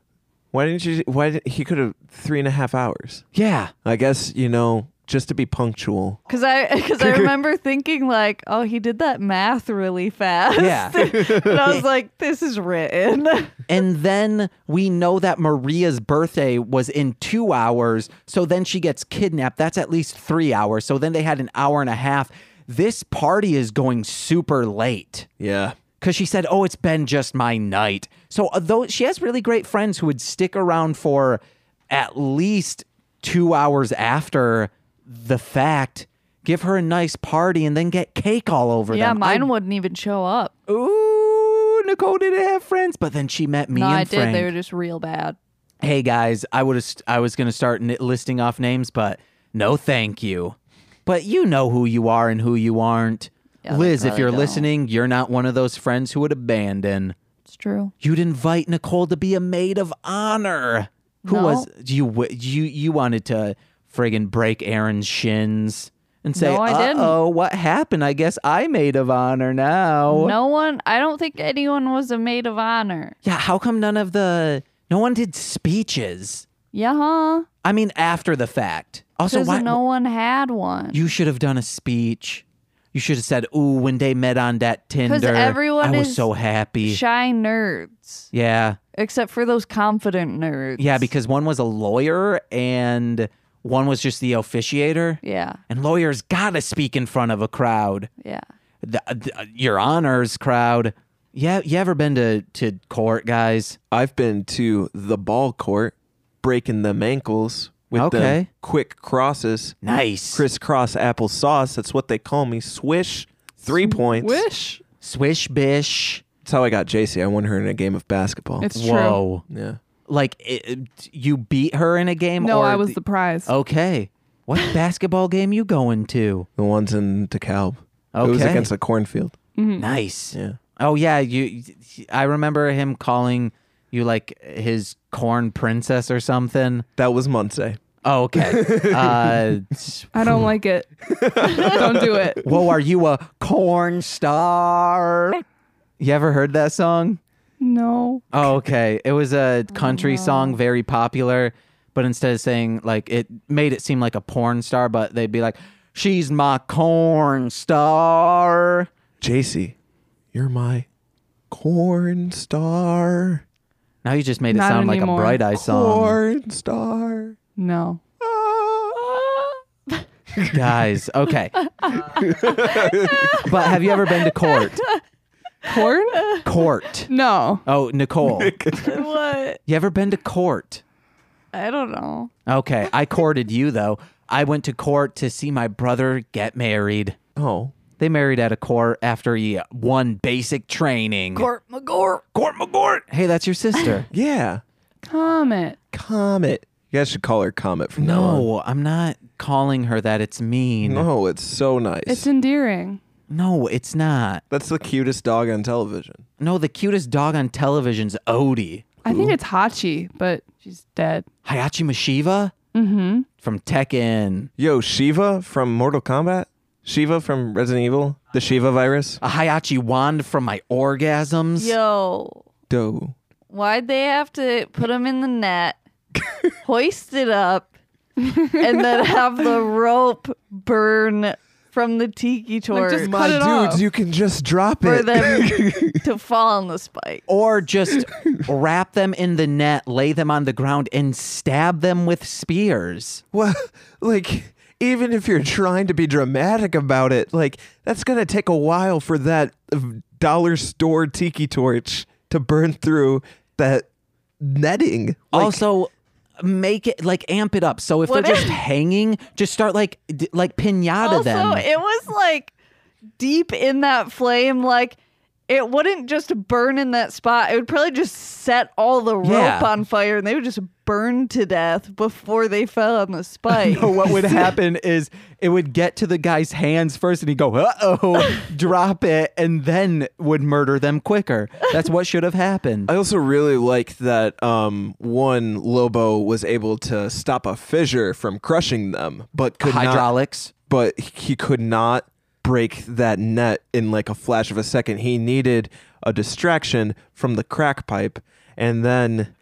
[SPEAKER 4] why didn't you? Why did, he could have three and a half hours?
[SPEAKER 1] Yeah.
[SPEAKER 4] I guess you know just to be punctual.
[SPEAKER 3] Cause I, cause I remember thinking like, oh, he did that math really fast.
[SPEAKER 1] Yeah.
[SPEAKER 3] and I was like, this is written.
[SPEAKER 1] And then we know that Maria's birthday was in two hours. So then she gets kidnapped. That's at least three hours. So then they had an hour and a half. This party is going super late
[SPEAKER 4] Yeah.
[SPEAKER 1] because she said, Oh, it's been just my night. So, uh, though she has really great friends who would stick around for at least two hours after the fact, give her a nice party, and then get cake all over
[SPEAKER 3] yeah,
[SPEAKER 1] them.
[SPEAKER 3] mine wouldn't even show up.
[SPEAKER 1] I- Ooh, Nicole didn't have friends, but then she met me
[SPEAKER 3] no,
[SPEAKER 1] and
[SPEAKER 3] I did.
[SPEAKER 1] Frank
[SPEAKER 3] They were just real bad.
[SPEAKER 1] hey guys, I would have I was going to start n- listing off names, but no thank you. But you know who you are and who you aren't.
[SPEAKER 3] Yeah, they
[SPEAKER 1] Liz, if
[SPEAKER 3] probably
[SPEAKER 1] you're
[SPEAKER 3] don't.
[SPEAKER 1] listening, you're not one of those friends who would abandon.
[SPEAKER 3] It's true.
[SPEAKER 1] You'd invite Nicole to be a maid of honor. Who
[SPEAKER 3] No.
[SPEAKER 1] was you w- you you wanted to friggin' break Aaron's shins and say,
[SPEAKER 3] No, I didn't.
[SPEAKER 1] "Oh, what happened? I guess I maid of honor now."
[SPEAKER 3] No one. I don't think anyone was a maid of honor.
[SPEAKER 1] Yeah, how come none of the no one did speeches?
[SPEAKER 3] Yeah, huh?
[SPEAKER 1] I mean after the fact. Also,
[SPEAKER 3] Because
[SPEAKER 1] why
[SPEAKER 3] no one had one.
[SPEAKER 1] You should have done a speech. You should have said, "Ooh, when they met on that Tinder,
[SPEAKER 3] everyone
[SPEAKER 1] I was
[SPEAKER 3] is
[SPEAKER 1] so happy."
[SPEAKER 3] Shy nerds,
[SPEAKER 1] yeah,
[SPEAKER 3] except for those confident nerds.
[SPEAKER 1] yeah, because one was a lawyer and one was just the officiator,
[SPEAKER 3] yeah,
[SPEAKER 1] and lawyers gotta speak in front of a crowd,
[SPEAKER 3] yeah.
[SPEAKER 1] the, the- your honors crowd. Yeah, you ever been to to court, guys?
[SPEAKER 4] I've been to the ball court, breaking them ankles with the
[SPEAKER 1] Okay.
[SPEAKER 4] quick crosses,
[SPEAKER 1] Nice,
[SPEAKER 4] crisscross applesauce. That's what they call me. Swish, three points.
[SPEAKER 5] Wish.
[SPEAKER 1] swish bish.
[SPEAKER 4] That's how I got JC. I won her in a game of basketball.
[SPEAKER 5] It's true.
[SPEAKER 1] Whoa,
[SPEAKER 4] yeah.
[SPEAKER 1] like it, it- you beat her in a game?
[SPEAKER 5] No,
[SPEAKER 1] or Oh.
[SPEAKER 5] I was the prize.
[SPEAKER 1] okay. What basketball game you going to?
[SPEAKER 4] The ones in DeKalb. It was
[SPEAKER 1] Okay.
[SPEAKER 4] against a cornfield.
[SPEAKER 5] Mm-hmm.
[SPEAKER 1] Nice.
[SPEAKER 4] Yeah.
[SPEAKER 1] Oh yeah, you. I remember him calling you like his corn princess or something.
[SPEAKER 4] That was Munse.
[SPEAKER 1] Oh okay. uh,
[SPEAKER 5] I don't like it. don't do it.
[SPEAKER 1] whoa, are you a corn star? You ever heard that song?
[SPEAKER 5] No.
[SPEAKER 1] Oh okay. It was a country song, very popular. But instead of saying like it made it seem like a porn star, but they'd be like, "She's my corn star."
[SPEAKER 4] JC, you're my corn star.
[SPEAKER 1] Now you just made it
[SPEAKER 5] Not
[SPEAKER 1] sound
[SPEAKER 5] anymore.
[SPEAKER 1] like a bright eye song,
[SPEAKER 4] Corn star.
[SPEAKER 5] No.
[SPEAKER 1] guys. Okay. but have you ever been to court?
[SPEAKER 5] Corn?
[SPEAKER 1] Court.
[SPEAKER 5] No.
[SPEAKER 1] Oh, Nicole.
[SPEAKER 3] what?
[SPEAKER 1] You ever been to court?
[SPEAKER 3] I don't know.
[SPEAKER 1] Okay. I courted you, though. I went to court to see my brother get married.
[SPEAKER 4] Oh.
[SPEAKER 1] They married at a court after he won basic training. Court McGort. Court McGort. Hey, that's your sister.
[SPEAKER 4] Yeah.
[SPEAKER 5] Comet.
[SPEAKER 4] Comet. You guys should call her Comet from now on.
[SPEAKER 1] no, I'm not calling her that. It's mean.
[SPEAKER 4] No, it's so nice.
[SPEAKER 5] It's endearing.
[SPEAKER 1] No, it's not.
[SPEAKER 4] That's the cutest dog on television.
[SPEAKER 1] No, the cutest dog on television's Odie.
[SPEAKER 5] I think it's Hachi, but she's dead.
[SPEAKER 1] Hayachi Mashiva? Mm-hmm. From Tekken.
[SPEAKER 4] Yo, Shiva from Mortal Kombat? Shiva from Resident Evil? The Shiva virus?
[SPEAKER 1] A Hayachi wand from my orgasms.
[SPEAKER 3] Yo,
[SPEAKER 4] Do.
[SPEAKER 3] why'd they have to put him in the net, hoist it up, and then have the rope burn from the tiki torch
[SPEAKER 5] just Cut it off.
[SPEAKER 4] you can just drop
[SPEAKER 3] for them to fall on the spike?
[SPEAKER 1] or just wrap them in the net, lay them on the ground, and stab them with spears.
[SPEAKER 4] Well, like even if you're trying to be dramatic about it, like that's going to take a while for that uh, dollar store tiki torch to burn through that netting. Like,
[SPEAKER 1] also, make it like amp it up. So if
[SPEAKER 3] What
[SPEAKER 1] they're
[SPEAKER 3] if-
[SPEAKER 1] just hanging, just start like d- like pinata
[SPEAKER 3] also,
[SPEAKER 1] them.
[SPEAKER 3] it was like deep in that flame, like it wouldn't just burn in that spot. It would probably just set all the rope
[SPEAKER 1] Yeah.
[SPEAKER 3] on fire, and they would just burn to death before they fell on the spike.
[SPEAKER 1] No, what would happen is it would get to the guy's hands first and he'd go, uh oh, drop it, and then would murder them quicker. That's what should have happened.
[SPEAKER 4] I also really liked that um, one Lobo was able to stop a fissure from crushing them, but could not
[SPEAKER 1] Hydraulics.
[SPEAKER 4] but he could not break that net in like a flash of a second. He needed a distraction from the crack pipe. And then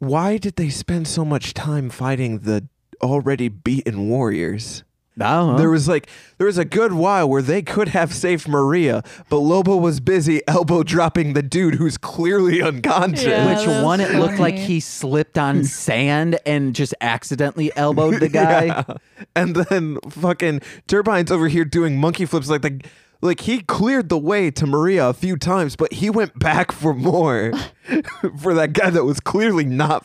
[SPEAKER 4] why did they spend so much time fighting the already beaten warriors?
[SPEAKER 1] Oh,
[SPEAKER 4] There was like there was a good while where they could have saved Maria, but Lobo was busy elbow dropping the dude who's clearly unconscious.
[SPEAKER 3] Yeah,
[SPEAKER 1] which
[SPEAKER 3] that was
[SPEAKER 1] one? It looked like
[SPEAKER 3] funny.
[SPEAKER 1] he slipped on sand and just accidentally elbowed the guy.
[SPEAKER 4] and then fucking turbines over here doing monkey flips like the like he cleared the way to Maria a few times, but he went back for more for that guy that was clearly not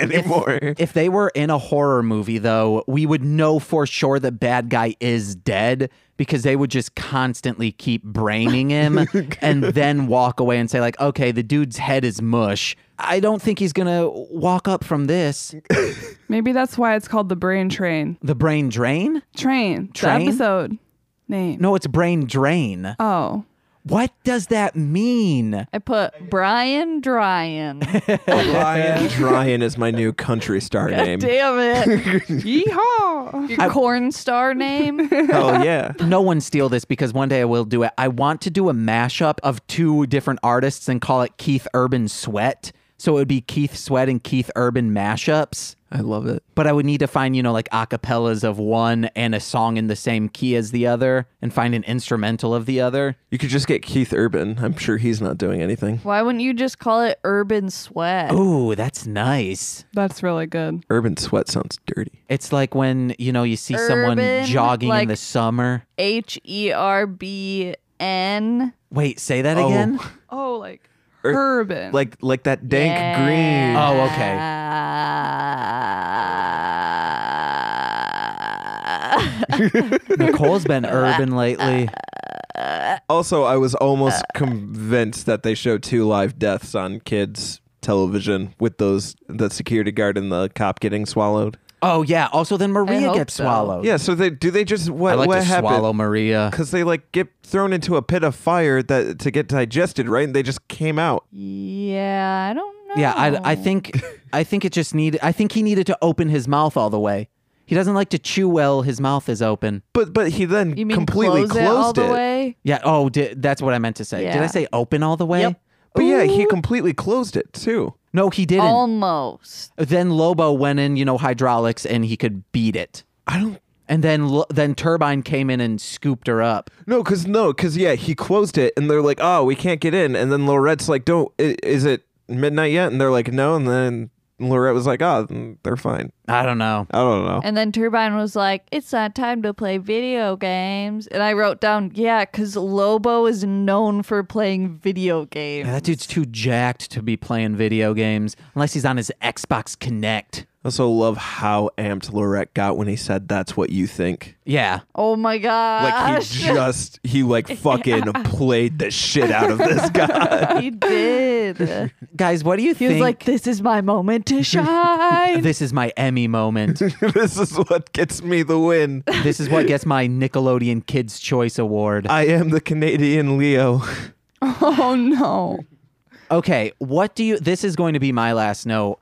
[SPEAKER 4] anymore.
[SPEAKER 1] If they were in a horror movie, though, we would know for sure the bad guy is dead because they would just constantly keep braining him and then walk away and say, like, okay, the dude's head is mush. I don't think he's going to walk up from this.
[SPEAKER 5] Maybe that's why it's called the brain train.
[SPEAKER 1] The brain drain?
[SPEAKER 5] Train.
[SPEAKER 1] Train?
[SPEAKER 5] The episode name.
[SPEAKER 1] No, it's brain drain.
[SPEAKER 5] Oh.
[SPEAKER 1] What does that mean?
[SPEAKER 3] I put Brian Dryan.
[SPEAKER 4] Ryan Ryan is my new country star name.
[SPEAKER 3] Damn it.
[SPEAKER 5] Yeehaw.
[SPEAKER 3] Your corn star name?
[SPEAKER 4] Hell yeah.
[SPEAKER 1] No one steal this because one day I will do it. I want to do a mashup of two different artists and call it Keith Urban Sweat. So it would be Keith Sweat and Keith Urban mashups.
[SPEAKER 4] I love it.
[SPEAKER 1] But I would need to find, you know, like acapellas of one and a song in the same key as the other and find an instrumental of the other.
[SPEAKER 4] You could just get Keith Urban. I'm sure he's not doing anything.
[SPEAKER 3] Why wouldn't you just call it Urban Sweat?
[SPEAKER 1] Ooh, that's nice.
[SPEAKER 5] That's really good.
[SPEAKER 4] Urban sweat sounds dirty.
[SPEAKER 1] It's like when, you know, you see someone
[SPEAKER 3] Urban,
[SPEAKER 1] jogging in
[SPEAKER 3] like-
[SPEAKER 1] the summer.
[SPEAKER 3] H E R B N.
[SPEAKER 1] Wait, say that
[SPEAKER 4] Oh.
[SPEAKER 1] again?
[SPEAKER 5] Oh, like
[SPEAKER 4] Er-
[SPEAKER 5] urban.
[SPEAKER 4] Like like that dank green.
[SPEAKER 1] Oh, okay. Nicole's been urban lately.
[SPEAKER 4] Also, I was almost
[SPEAKER 3] Uh.
[SPEAKER 4] convinced that they show two live deaths on kids television with those the security guard and the cop getting swallowed.
[SPEAKER 1] Oh, yeah. Also, then Maria
[SPEAKER 3] hope
[SPEAKER 1] gets
[SPEAKER 3] so.
[SPEAKER 1] swallowed.
[SPEAKER 4] Yeah, so they do they just what
[SPEAKER 1] I like
[SPEAKER 4] what
[SPEAKER 1] to swallow
[SPEAKER 4] happened?
[SPEAKER 1] Maria.
[SPEAKER 4] Because they like get thrown into a pit of fire that to get digested, right? And they just came out.
[SPEAKER 3] Yeah, I don't know.
[SPEAKER 1] Yeah, I,
[SPEAKER 3] Oh.
[SPEAKER 1] I think I think it just needed. I think he needed to open his mouth all the way. He doesn't like to chew well. His mouth is open.
[SPEAKER 4] But but he then
[SPEAKER 3] you mean
[SPEAKER 4] completely
[SPEAKER 3] close
[SPEAKER 4] closed
[SPEAKER 3] it all the way.
[SPEAKER 1] Yeah. Oh, di- that's what I meant to say. Did I
[SPEAKER 3] Yeah.
[SPEAKER 1] say open all the way?
[SPEAKER 3] Yep.
[SPEAKER 4] But yeah, he completely closed it too.
[SPEAKER 1] No, he didn't.
[SPEAKER 3] Almost.
[SPEAKER 1] then Lobo went in, you know, hydraulics, and he could beat it.
[SPEAKER 4] I don't
[SPEAKER 1] And then Lo- then Turbine came in and scooped her up.
[SPEAKER 4] No, because no, because yeah, he closed it, and they're like, "Oh, we can't get in." And then Lorette's like, "Don't, i- is it midnight yet?" And they're like, "No." And then Lorette was like, "Oh, mm, they're fine."
[SPEAKER 1] I don't know.
[SPEAKER 4] I don't know.
[SPEAKER 3] And then Turbine was like, "It's not time to play video games." And I wrote down, "Yeah, cuz Lobo is known for playing video games."
[SPEAKER 1] Yeah, that dude's too jacked to be playing video games unless he's on his Xbox Connect.
[SPEAKER 4] I also love how amped Lorette got when he said, "That's what you think."
[SPEAKER 1] Yeah.
[SPEAKER 3] Oh my
[SPEAKER 4] Like he
[SPEAKER 3] gosh.
[SPEAKER 4] just he like fucking played the shit out of this guy.
[SPEAKER 3] he did. He
[SPEAKER 1] Guys, what do you think?
[SPEAKER 3] was like, "This is my moment to shine."
[SPEAKER 1] this is my Emmy moment.
[SPEAKER 4] this is what gets me the win.
[SPEAKER 1] this is what gets my Nickelodeon Kids Choice Award.
[SPEAKER 4] I am the Canadian Leo.
[SPEAKER 5] oh no.
[SPEAKER 1] Okay, what do you? This is going to be my last note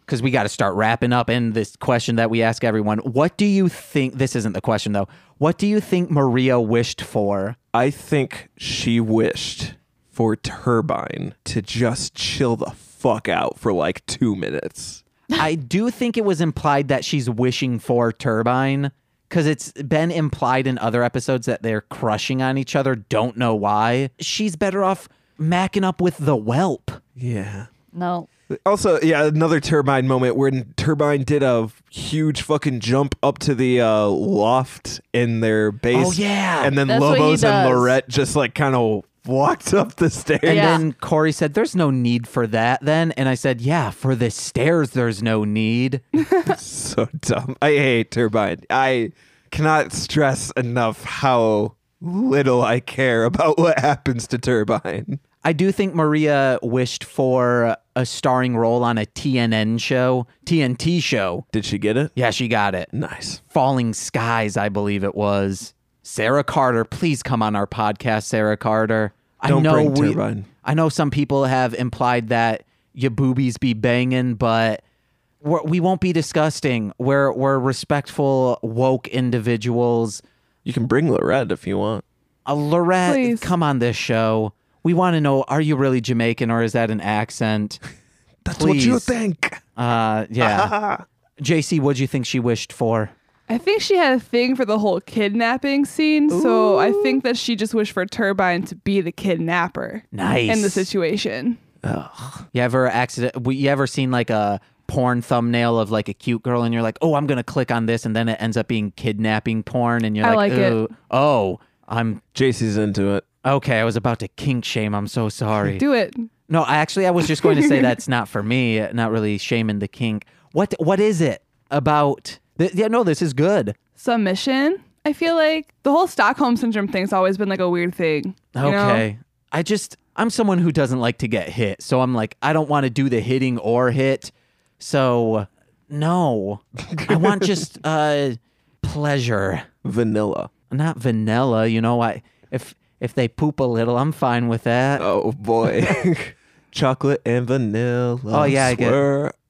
[SPEAKER 1] because we got to start wrapping up. And this question that we ask everyone: What do you think? This isn't the question though. What do you think Maria wished for?
[SPEAKER 4] I think she wished for Turbine to just chill the fuck out for like two minutes.
[SPEAKER 1] I do think it was implied that she's wishing for Turbine because it's been implied in other episodes that they're crushing on each other. Don't know why. She's better off macking up with the whelp.
[SPEAKER 4] Yeah.
[SPEAKER 3] no.
[SPEAKER 4] Also, yeah, another turbine moment where Turbine did a huge fucking jump up to the uh, loft in their base.
[SPEAKER 1] Oh, yeah.
[SPEAKER 4] and then
[SPEAKER 3] That's what he
[SPEAKER 4] Lobos and
[SPEAKER 3] does.
[SPEAKER 4] Lorette just like kind of walked up the stairs.
[SPEAKER 1] And
[SPEAKER 3] Yeah.
[SPEAKER 1] then Corey said, There's no need for that then. And I said, Yeah, for the stairs, there's no need.
[SPEAKER 4] so dumb. I hate Turbine. I cannot stress enough how little I care about what happens to Turbine.
[SPEAKER 1] I do think Maria wished for a starring role on a TNN show, TNT show.
[SPEAKER 4] Did she get it?
[SPEAKER 1] Yeah, she got it.
[SPEAKER 4] Nice.
[SPEAKER 1] Falling Skies, I believe it was. Sarah Carter, please come on our podcast, Sarah Carter. I
[SPEAKER 4] Don't
[SPEAKER 1] know
[SPEAKER 4] bring
[SPEAKER 1] we,
[SPEAKER 4] Turbine.
[SPEAKER 1] I know some people have implied that your boobies be banging, but we're, we won't be disgusting. We're we're respectful, woke individuals.
[SPEAKER 4] You can bring Lorette if you want.
[SPEAKER 1] Uh, Lorette,
[SPEAKER 5] Please.
[SPEAKER 1] come on this show. We want to know: Are you really Jamaican, or is that an accent?
[SPEAKER 4] That's
[SPEAKER 1] Please.
[SPEAKER 4] what you think.
[SPEAKER 1] Uh, yeah. JC, what'd you think she wished for?
[SPEAKER 5] I think she had a thing for the whole kidnapping scene, so I think that she just wished for Turbine to be the kidnapper
[SPEAKER 1] Nice.
[SPEAKER 5] in the situation.
[SPEAKER 1] You ever accident? we- You ever seen like a porn thumbnail of like a cute girl, and you're like, "Oh, I'm gonna click on this," and then it ends up being kidnapping porn, and you're
[SPEAKER 5] I
[SPEAKER 1] like,
[SPEAKER 5] like it.
[SPEAKER 1] "Ooh, "Oh, I'm
[SPEAKER 4] JC's into it.
[SPEAKER 1] okay. I was about to kink shame. I'm so sorry."
[SPEAKER 5] Do it.
[SPEAKER 1] no, I actually, I was just going to say that's not for me. Not really shaming the kink. What What is it about? Th- yeah, no, this is good.
[SPEAKER 5] Submission. I feel like the whole Stockholm syndrome thing's always been like a weird thing. you know?
[SPEAKER 1] Okay. I just I'm someone who doesn't like to get hit. So I'm like I don't want to do the hitting or hit. So no. I want just uh pleasure,
[SPEAKER 4] Vanilla.
[SPEAKER 1] not vanilla, you know, I if if they poop a little, I'm fine with that.
[SPEAKER 4] Oh boy. Chocolate and vanilla.
[SPEAKER 1] Oh, yeah, I get-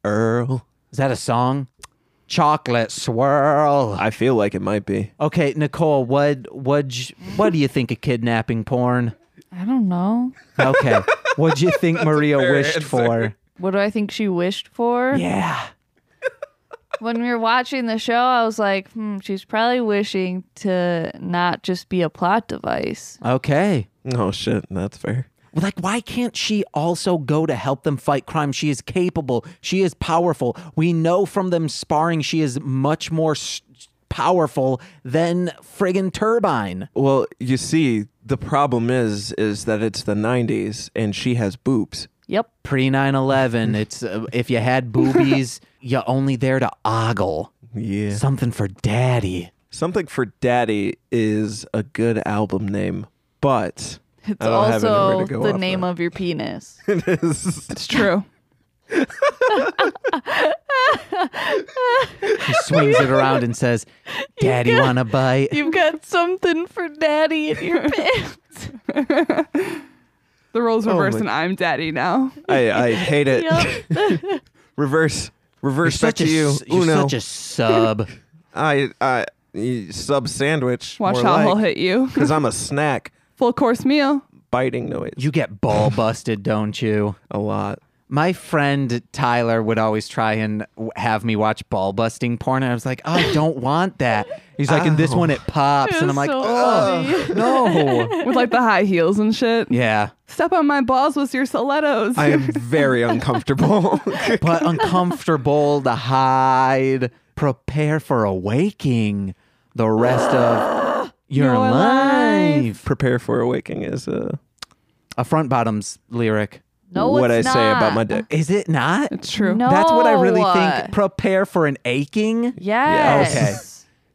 [SPEAKER 4] Swirl.
[SPEAKER 1] Is that a song? Chocolate swirl.
[SPEAKER 4] I feel like it might be.
[SPEAKER 1] Okay, Nicole, what what what do you think of kidnapping porn?
[SPEAKER 3] I don't know.
[SPEAKER 1] Okay. What'd you think Maria wished for?
[SPEAKER 3] What do I think she wished for?
[SPEAKER 1] Yeah.
[SPEAKER 3] When we were watching the show, I was like, hmm, she's probably wishing to not just be a plot device.
[SPEAKER 1] Okay.
[SPEAKER 4] Oh shit, that's fair.
[SPEAKER 1] Like, why can't she also go to help them fight crime? She is capable. She is powerful. We know from them sparring, she is much more s- powerful than friggin' Turbine.
[SPEAKER 4] Well, you see, the problem is is that it's the 90s and she has boobs.
[SPEAKER 3] Yep.
[SPEAKER 1] Pre 9 11, it's uh, if you had boobies, you're only there to ogle.
[SPEAKER 4] Yeah.
[SPEAKER 1] Something for daddy.
[SPEAKER 4] Something for Daddy is a good album name, but
[SPEAKER 3] It's
[SPEAKER 4] I don't have
[SPEAKER 3] also
[SPEAKER 4] anywhere to go
[SPEAKER 3] the
[SPEAKER 4] off
[SPEAKER 3] name
[SPEAKER 4] that.
[SPEAKER 3] of your penis.
[SPEAKER 4] it is.
[SPEAKER 5] It's true.
[SPEAKER 1] He swings it around and says, Daddy, wanna bite?
[SPEAKER 3] You've got something for daddy in your pants.
[SPEAKER 5] The roles reverse
[SPEAKER 4] my-
[SPEAKER 5] and I'm daddy now.
[SPEAKER 4] I, I hate it.
[SPEAKER 3] Yep.
[SPEAKER 4] reverse,
[SPEAKER 1] You're
[SPEAKER 4] reverse
[SPEAKER 1] such,
[SPEAKER 4] back to
[SPEAKER 1] a,
[SPEAKER 4] you.
[SPEAKER 1] s- you're
[SPEAKER 4] Uno.
[SPEAKER 1] such a sub.
[SPEAKER 4] I I you sub sandwich.
[SPEAKER 5] Watch
[SPEAKER 4] more
[SPEAKER 5] how he'll
[SPEAKER 4] like,
[SPEAKER 5] hit you.
[SPEAKER 4] Because I'm a snack.
[SPEAKER 5] Full course meal.
[SPEAKER 4] Biting noise.
[SPEAKER 1] You get ball busted, don't you?
[SPEAKER 4] a lot.
[SPEAKER 1] my friend Tyler would always try and w- have me watch ball busting porn, and I was like, "Oh, I don't want that." He's like, "In this one, it pops," and I'm like,
[SPEAKER 3] so
[SPEAKER 1] "Oh, no,
[SPEAKER 5] With like the high heels and shit.
[SPEAKER 1] yeah."
[SPEAKER 5] Step on my balls with your stilettos.
[SPEAKER 4] I am very uncomfortable.
[SPEAKER 1] But uncomfortable to hide. Prepare for a waking. The rest of your,
[SPEAKER 5] Your
[SPEAKER 1] life.
[SPEAKER 5] life.
[SPEAKER 4] Prepare for a waking is uh,
[SPEAKER 1] A front bottoms lyric.
[SPEAKER 3] No,
[SPEAKER 4] what I
[SPEAKER 3] it's
[SPEAKER 4] say about my
[SPEAKER 3] not.
[SPEAKER 4] dick.
[SPEAKER 1] Is it not?
[SPEAKER 5] it's true.
[SPEAKER 3] No.
[SPEAKER 1] That's what I really
[SPEAKER 3] No.
[SPEAKER 1] think. Prepare for an aching.
[SPEAKER 3] Yes.
[SPEAKER 1] Okay.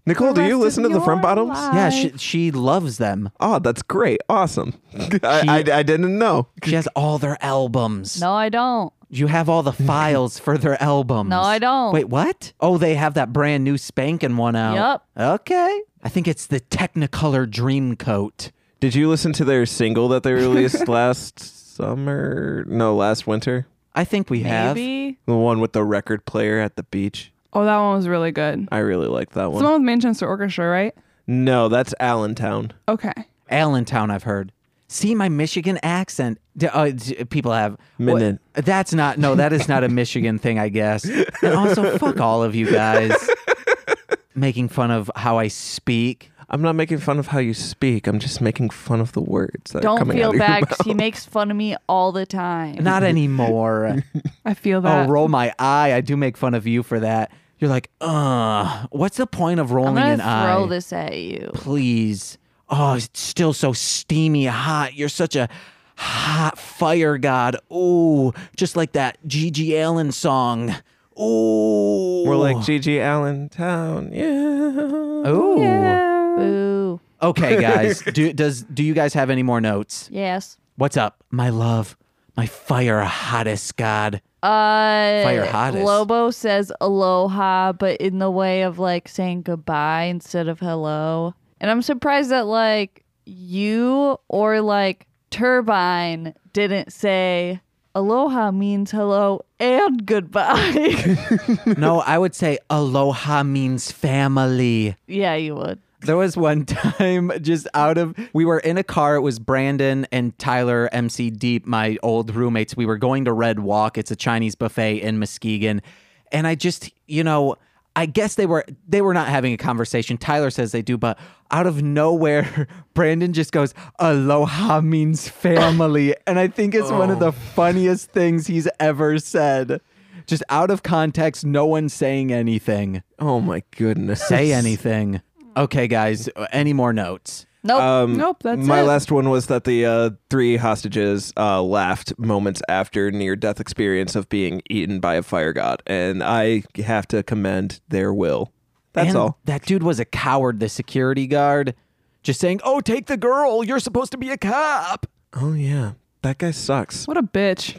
[SPEAKER 4] Nicole, do you listen to the front bottoms?
[SPEAKER 1] Yeah, she, she loves them.
[SPEAKER 4] Oh, that's great. Awesome. I, I, I didn't know.
[SPEAKER 1] She has all their albums.
[SPEAKER 3] No, I don't.
[SPEAKER 1] You have all the files for their albums.
[SPEAKER 3] No, I don't.
[SPEAKER 1] Wait, what? Oh, they have that brand new spanking one out. Yep. Okay. I think it's the Technicolor Dream Coat.
[SPEAKER 4] Did you listen to their single that they released last summer? No, last winter.
[SPEAKER 1] I think we have.
[SPEAKER 5] Maybe.
[SPEAKER 4] The one with the record player at the beach.
[SPEAKER 5] Oh, that one was really good.
[SPEAKER 4] I really like that
[SPEAKER 5] It's
[SPEAKER 4] one.
[SPEAKER 5] the one with Manchester Orchestra, right?
[SPEAKER 4] No, that's Allentown.
[SPEAKER 5] Okay.
[SPEAKER 1] Allentown, I've heard. See my Michigan accent. D- uh, d- people have.
[SPEAKER 4] Minute.
[SPEAKER 1] What- That's not. No, that is not a Michigan thing, I guess. And also, fuck all of you guys making fun of how I speak.
[SPEAKER 4] I'm not making fun of how you speak. I'm just making fun of the words that are
[SPEAKER 3] Don't
[SPEAKER 4] coming out
[SPEAKER 3] feel
[SPEAKER 4] of your
[SPEAKER 3] bad
[SPEAKER 4] mouth.
[SPEAKER 3] 'cause he makes fun of me all the time.
[SPEAKER 1] Not anymore.
[SPEAKER 5] I feel
[SPEAKER 1] oh,
[SPEAKER 5] that.
[SPEAKER 1] roll my eye. I do make fun of you for that. You're like, uh, what's the point of
[SPEAKER 3] I'm
[SPEAKER 1] rolling
[SPEAKER 3] gonna
[SPEAKER 1] an eye?
[SPEAKER 3] throw this at you.
[SPEAKER 1] Please. Oh, it's still so steamy hot. You're such a hot fire god. Ooh, just like that Gigi Allen song. Ooh.
[SPEAKER 4] More like Gigi Allen Town. Yeah.
[SPEAKER 1] Ooh.
[SPEAKER 3] Boo.
[SPEAKER 1] Okay, guys. do does do you guys have any more notes?
[SPEAKER 3] Yes.
[SPEAKER 1] What's up, my love, my fire hottest god?
[SPEAKER 3] Uh,
[SPEAKER 1] Fire hottest.
[SPEAKER 3] Lobo says aloha, but in the way of like saying goodbye instead of hello. And I'm surprised that like you or like Turbine didn't say aloha means hello and goodbye.
[SPEAKER 1] no, I would say aloha means family.
[SPEAKER 3] yeah, you would.
[SPEAKER 1] There was one time just out of we were in a car. It was Brandon and Tyler MC Deep, my old roommates. We were going to Red Walk. It's a Chinese buffet in Muskegon. And I just, you know, I guess they were they were not having a conversation. Tyler says they do, but out of nowhere, Brandon just goes, Aloha means family. and I think it's one of the funniest things he's ever said. Just out of context, no one saying anything
[SPEAKER 4] Oh my goodness.
[SPEAKER 1] say anything. Okay, guys, any more notes?
[SPEAKER 3] Nope.
[SPEAKER 4] Um,
[SPEAKER 5] Nope, that's
[SPEAKER 4] my
[SPEAKER 5] it.
[SPEAKER 4] last one was that the uh, three hostages uh, laughed moments after near death experience of being eaten by a fire god, and I have to commend their will. That's
[SPEAKER 1] And
[SPEAKER 4] all.
[SPEAKER 1] That dude was a coward, the security guard, just saying, "Oh, take the girl. You're supposed to be a cop."
[SPEAKER 4] Oh yeah, that guy sucks.
[SPEAKER 5] What a bitch.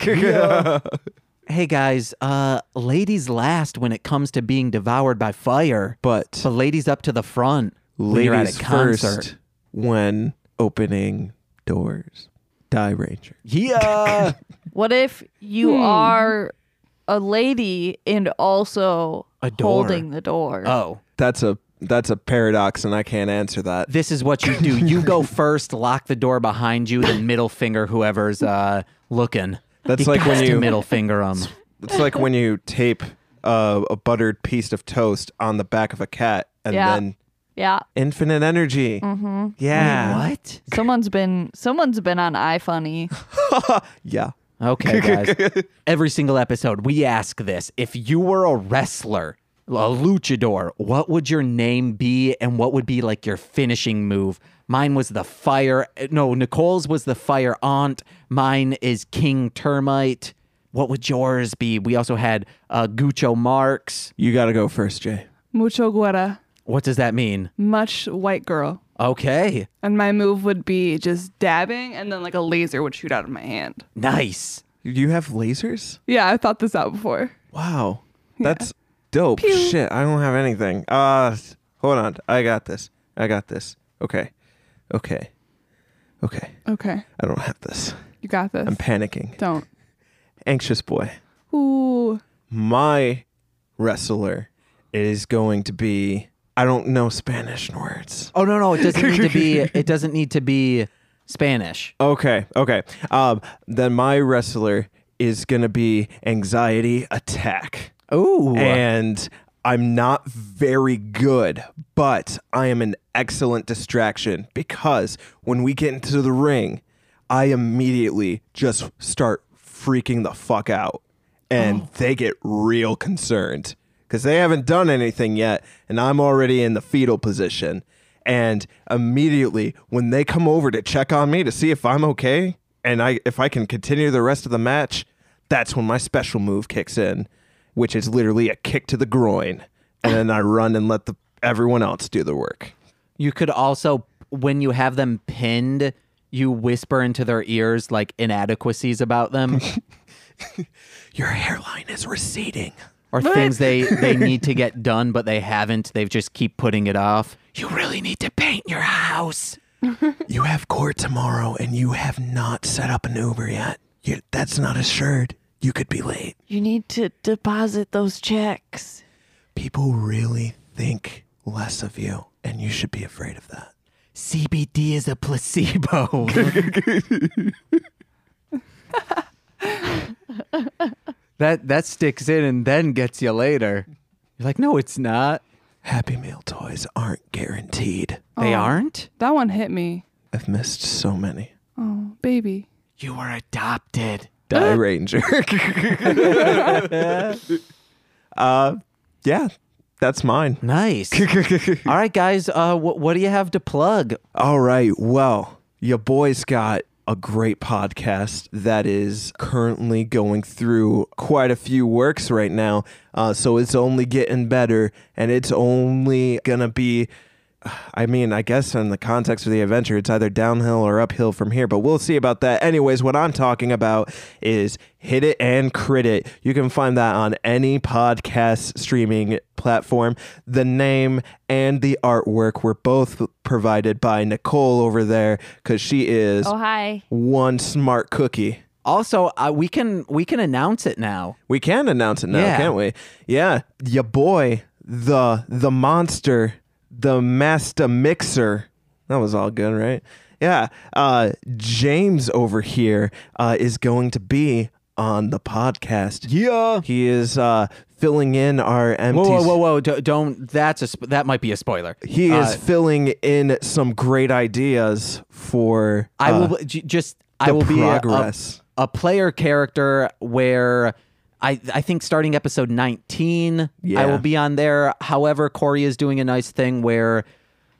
[SPEAKER 1] Hey guys, uh ladies last when it comes to being devoured by fire.
[SPEAKER 4] But
[SPEAKER 1] So ladies up to the front. when you're at
[SPEAKER 4] ladies
[SPEAKER 1] a concert.
[SPEAKER 4] first when opening doors. Die Ranger.
[SPEAKER 1] Yeah.
[SPEAKER 3] what if you
[SPEAKER 1] hmm.
[SPEAKER 3] are a lady and also
[SPEAKER 1] A door.
[SPEAKER 3] holding the door?
[SPEAKER 1] oh.
[SPEAKER 4] That's a that's a paradox, and I can't answer that.
[SPEAKER 1] This is what you do. You go first, lock the door behind you, then middle finger whoever's uh looking.
[SPEAKER 4] That's
[SPEAKER 1] He
[SPEAKER 4] like when
[SPEAKER 1] gots to
[SPEAKER 4] you-
[SPEAKER 1] middle finger them.
[SPEAKER 4] It's like when you tape uh, a buttered piece of toast on the back of a cat, and
[SPEAKER 3] Yeah.
[SPEAKER 4] then
[SPEAKER 3] Yeah.
[SPEAKER 4] infinite energy. Mm-hmm. Yeah.
[SPEAKER 1] What?
[SPEAKER 3] Someone's been someone's been on iFunny.
[SPEAKER 4] Yeah.
[SPEAKER 1] Okay, guys. Every single episode, we ask this. If you were a wrestler, a luchador, what would your name be and what would be like your finishing move? Mine was the fire. No, Nicole's was the fire aunt. Mine is King Termite. What would yours be? We also had uh, Gucho Marks.
[SPEAKER 4] You got to go first, Jay.
[SPEAKER 5] Mucho guerra.
[SPEAKER 1] What does that mean?
[SPEAKER 5] Much white girl.
[SPEAKER 1] Okay,
[SPEAKER 5] And my move would be just dabbing, and then like a laser would shoot out of my hand.
[SPEAKER 1] nice.
[SPEAKER 4] You have lasers?
[SPEAKER 5] Yeah, I thought this out before.
[SPEAKER 4] Wow. That's dope. Shit, I don't have anything. Uh hold on. I got this. I got this. Okay. Okay. Okay.
[SPEAKER 5] Okay,
[SPEAKER 4] I don't have this.
[SPEAKER 5] you got this.
[SPEAKER 4] I'm panicking.
[SPEAKER 5] Don't.
[SPEAKER 4] Anxious boy.
[SPEAKER 5] Ooh.
[SPEAKER 4] My wrestler is going to be I don't know Spanish words.
[SPEAKER 1] Oh no, no, it doesn't need to be. It doesn't need to be Spanish.
[SPEAKER 4] Okay, okay. Um, then my wrestler is gonna be anxiety attack,
[SPEAKER 1] Ooh,
[SPEAKER 4] and I'm not very good, but I am an excellent distraction because when we get into the ring, I immediately just start freaking the fuck out, and they get real concerned because they haven't done anything yet, and I'm already in the fetal position. And immediately when they come over to check on me to see if I'm okay and I if I can continue the rest of the match, that's when my special move kicks in, which is literally a kick to the groin. And then I run and let the everyone else do the work.
[SPEAKER 1] You could also, when you have them pinned, you whisper into their ears like inadequacies about them
[SPEAKER 4] Your hairline is receding.
[SPEAKER 1] or things they they need to get done but they haven't. They've just keep putting it off. You really need to paint your house.
[SPEAKER 4] You have court tomorrow and you have not set up an Uber yet. You, that's not assured. You could be late.
[SPEAKER 3] You need to deposit those checks.
[SPEAKER 4] People really think less of you and you should be afraid of that.
[SPEAKER 1] CBD is a placebo. that that sticks in and then gets you later. You're like, no, it's not.
[SPEAKER 4] Happy Meal toys aren't guaranteed.
[SPEAKER 1] They
[SPEAKER 5] Oh.
[SPEAKER 1] aren't?
[SPEAKER 5] That one hit me.
[SPEAKER 4] I've missed so many.
[SPEAKER 5] Oh, baby.
[SPEAKER 1] You were adopted.
[SPEAKER 4] Die Ranger. uh, yeah, that's mine.
[SPEAKER 1] Nice. All right, guys. Uh, wh- what do you have to plug?
[SPEAKER 4] All right. Well, your boy's got a great podcast that is currently going through quite a few works right now. Uh, so it's only getting better and it's only going to be. I mean, I guess in the context of the adventure, it's either downhill or uphill from here, but we'll see about that. Anyways, what I'm talking about is Hit It and Crit It. You can find that on any podcast streaming platform. The name and the artwork were both provided by Nicole over there because she is
[SPEAKER 2] Oh, hi.
[SPEAKER 4] one smart cookie.
[SPEAKER 1] Also, uh, we can we can announce it now.
[SPEAKER 4] We can announce it now,
[SPEAKER 1] Yeah.
[SPEAKER 4] can't we? Yeah, your boy, the the monster, the master mixer. That was all good, right? Yeah. Uh, James over here uh, is going to be on the podcast.
[SPEAKER 1] Yeah.
[SPEAKER 4] He is uh, filling in our empty.
[SPEAKER 1] Whoa, whoa,
[SPEAKER 4] s-
[SPEAKER 1] whoa, whoa! Don't, don't that's a sp- that might be a spoiler.
[SPEAKER 4] He
[SPEAKER 1] Uh,
[SPEAKER 4] is filling in some great ideas for.
[SPEAKER 1] I
[SPEAKER 4] uh,
[SPEAKER 1] will j- just. I
[SPEAKER 4] the
[SPEAKER 1] will be a- a,
[SPEAKER 4] progress.
[SPEAKER 1] a player character where I I think starting episode nineteen, I
[SPEAKER 4] Yeah.
[SPEAKER 1] will be on there. However, Corey is doing a nice thing where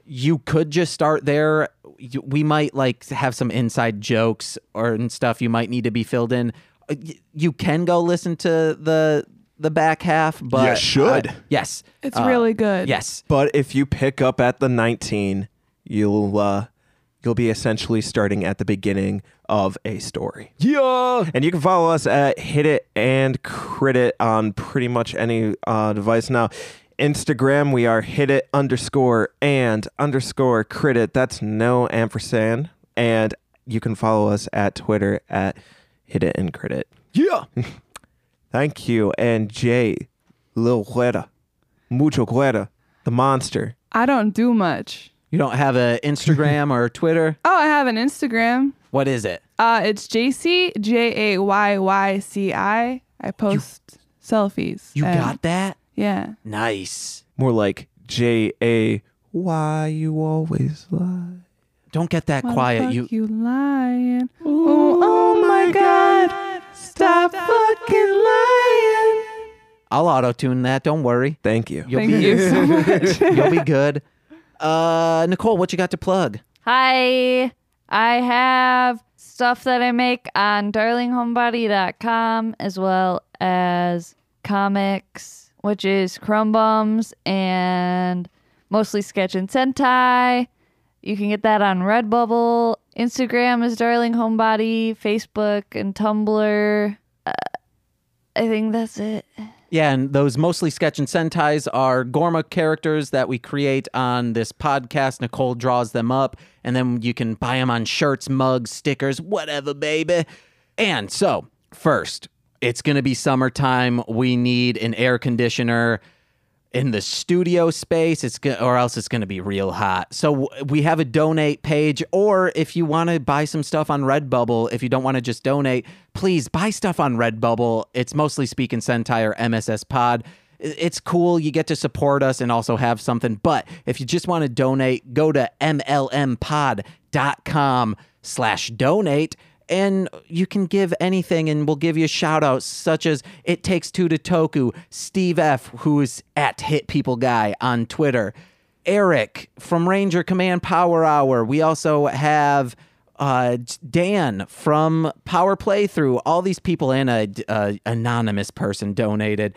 [SPEAKER 1] you could just start there. You- We might like have some inside jokes or and stuff you might need to be filled in. Uh, y- You can go listen to the the back half, but uh,
[SPEAKER 4] should.
[SPEAKER 1] yes,
[SPEAKER 5] It's
[SPEAKER 1] Uh,
[SPEAKER 5] really good.
[SPEAKER 1] yes.
[SPEAKER 4] But if you pick up at the 19, you'll uh, you'll be essentially starting at the beginning of a story.
[SPEAKER 1] Yeah.
[SPEAKER 4] And you can follow us at Hit It and Crit It on pretty much any uh, device now. Instagram, we are hit it underscore and underscore crit it. That's no ampersand. And you can follow us at Twitter at hit it and crit it.
[SPEAKER 1] Yeah.
[SPEAKER 4] Thank you. And Jay, Lil Huerta, Mucho Huerta, the monster.
[SPEAKER 5] I don't do much.
[SPEAKER 1] You don't have an Instagram or Twitter.
[SPEAKER 5] Oh, I have an Instagram.
[SPEAKER 1] What is it?
[SPEAKER 5] Uh, it's JC J A Y Y C I. I post selfies.
[SPEAKER 1] You
[SPEAKER 5] and-
[SPEAKER 1] got that?
[SPEAKER 5] Yeah.
[SPEAKER 1] Nice.
[SPEAKER 4] More like J A. Why you always lie?
[SPEAKER 1] Don't get that quiet.
[SPEAKER 5] Fuck
[SPEAKER 1] You
[SPEAKER 5] you lying. Oh, oh my God. Stop fucking lying.
[SPEAKER 1] I'll auto tune that. Don't worry.
[SPEAKER 4] Thank you.
[SPEAKER 1] You'll
[SPEAKER 5] Thank
[SPEAKER 1] be
[SPEAKER 5] you so much.
[SPEAKER 1] you'll be good. Uh, Nicole, what you got to plug?
[SPEAKER 2] Hi. I have stuff that I make on darlinghomebody.com as well as comics, which is Crumbums and mostly Sketch and Sentai. You can get that on Redbubble. Instagram is Darling Homebody, Facebook and Tumblr. Uh, I think that's it.
[SPEAKER 1] Yeah, and those mostly sketch and sentais are Gorma characters that we create on this podcast. Nicole draws them up, and then you can buy them on shirts, mugs, stickers, whatever, baby. And so, first, it's going to be summertime. We need an air conditioner in the studio space it's go- or else it's going to be real hot so w- we have a donate page or if you want to buy some stuff on redbubble if you don't want to just donate please buy stuff on redbubble it's mostly speak and sentai or mss pod I- it's cool you get to support us and also have something but if you just want to donate go to mlmpod.com slash donate and you can give anything and we'll give you shout outs such as it takes two to toku steve f who is at hit people guy on twitter eric from ranger command power hour we also have uh, Dan from Power Playthrough, all these people and a, a anonymous person donated.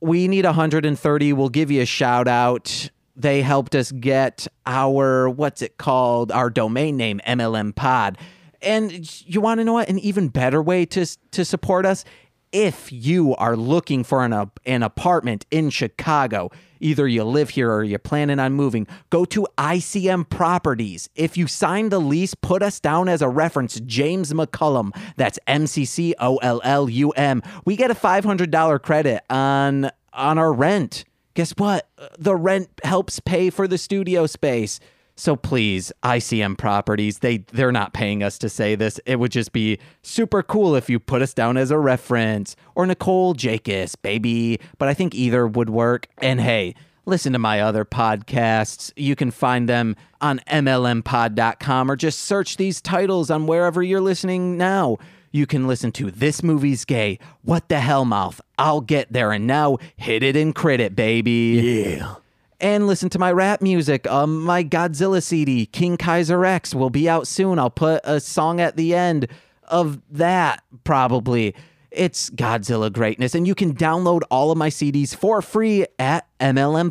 [SPEAKER 1] We need 130. We'll give you a shout out. They helped us get our what's it called? Our domain name MLM Pod. And you want to know what? An even better way to to support us if you are looking for an, ap- an apartment in Chicago, either you live here or you're planning on moving, go to ICM Properties. If you sign the lease, put us down as a reference, James McCullum. That's M C C O L L U M. We get a $500 credit on on our rent. Guess what? The rent helps pay for the studio space. So please, ICM properties, they they're not paying us to say this. It would just be super cool if you put us down as a reference or Nicole Jakis, baby. But I think either would work. And hey, Listen to my other podcasts. You can find them on MLMpod.com or just search these titles on wherever you're listening now. You can listen to This Movie's Gay, What the Hell Mouth, I'll Get There, and now Hit It and Crit It, baby. Yeah. And listen to my rap music. Um, my Godzilla CD, King Kaiser X, will be out soon. I'll put a song at the end of that, probably. It's Godzilla greatness. And you can download all of my CDs for free at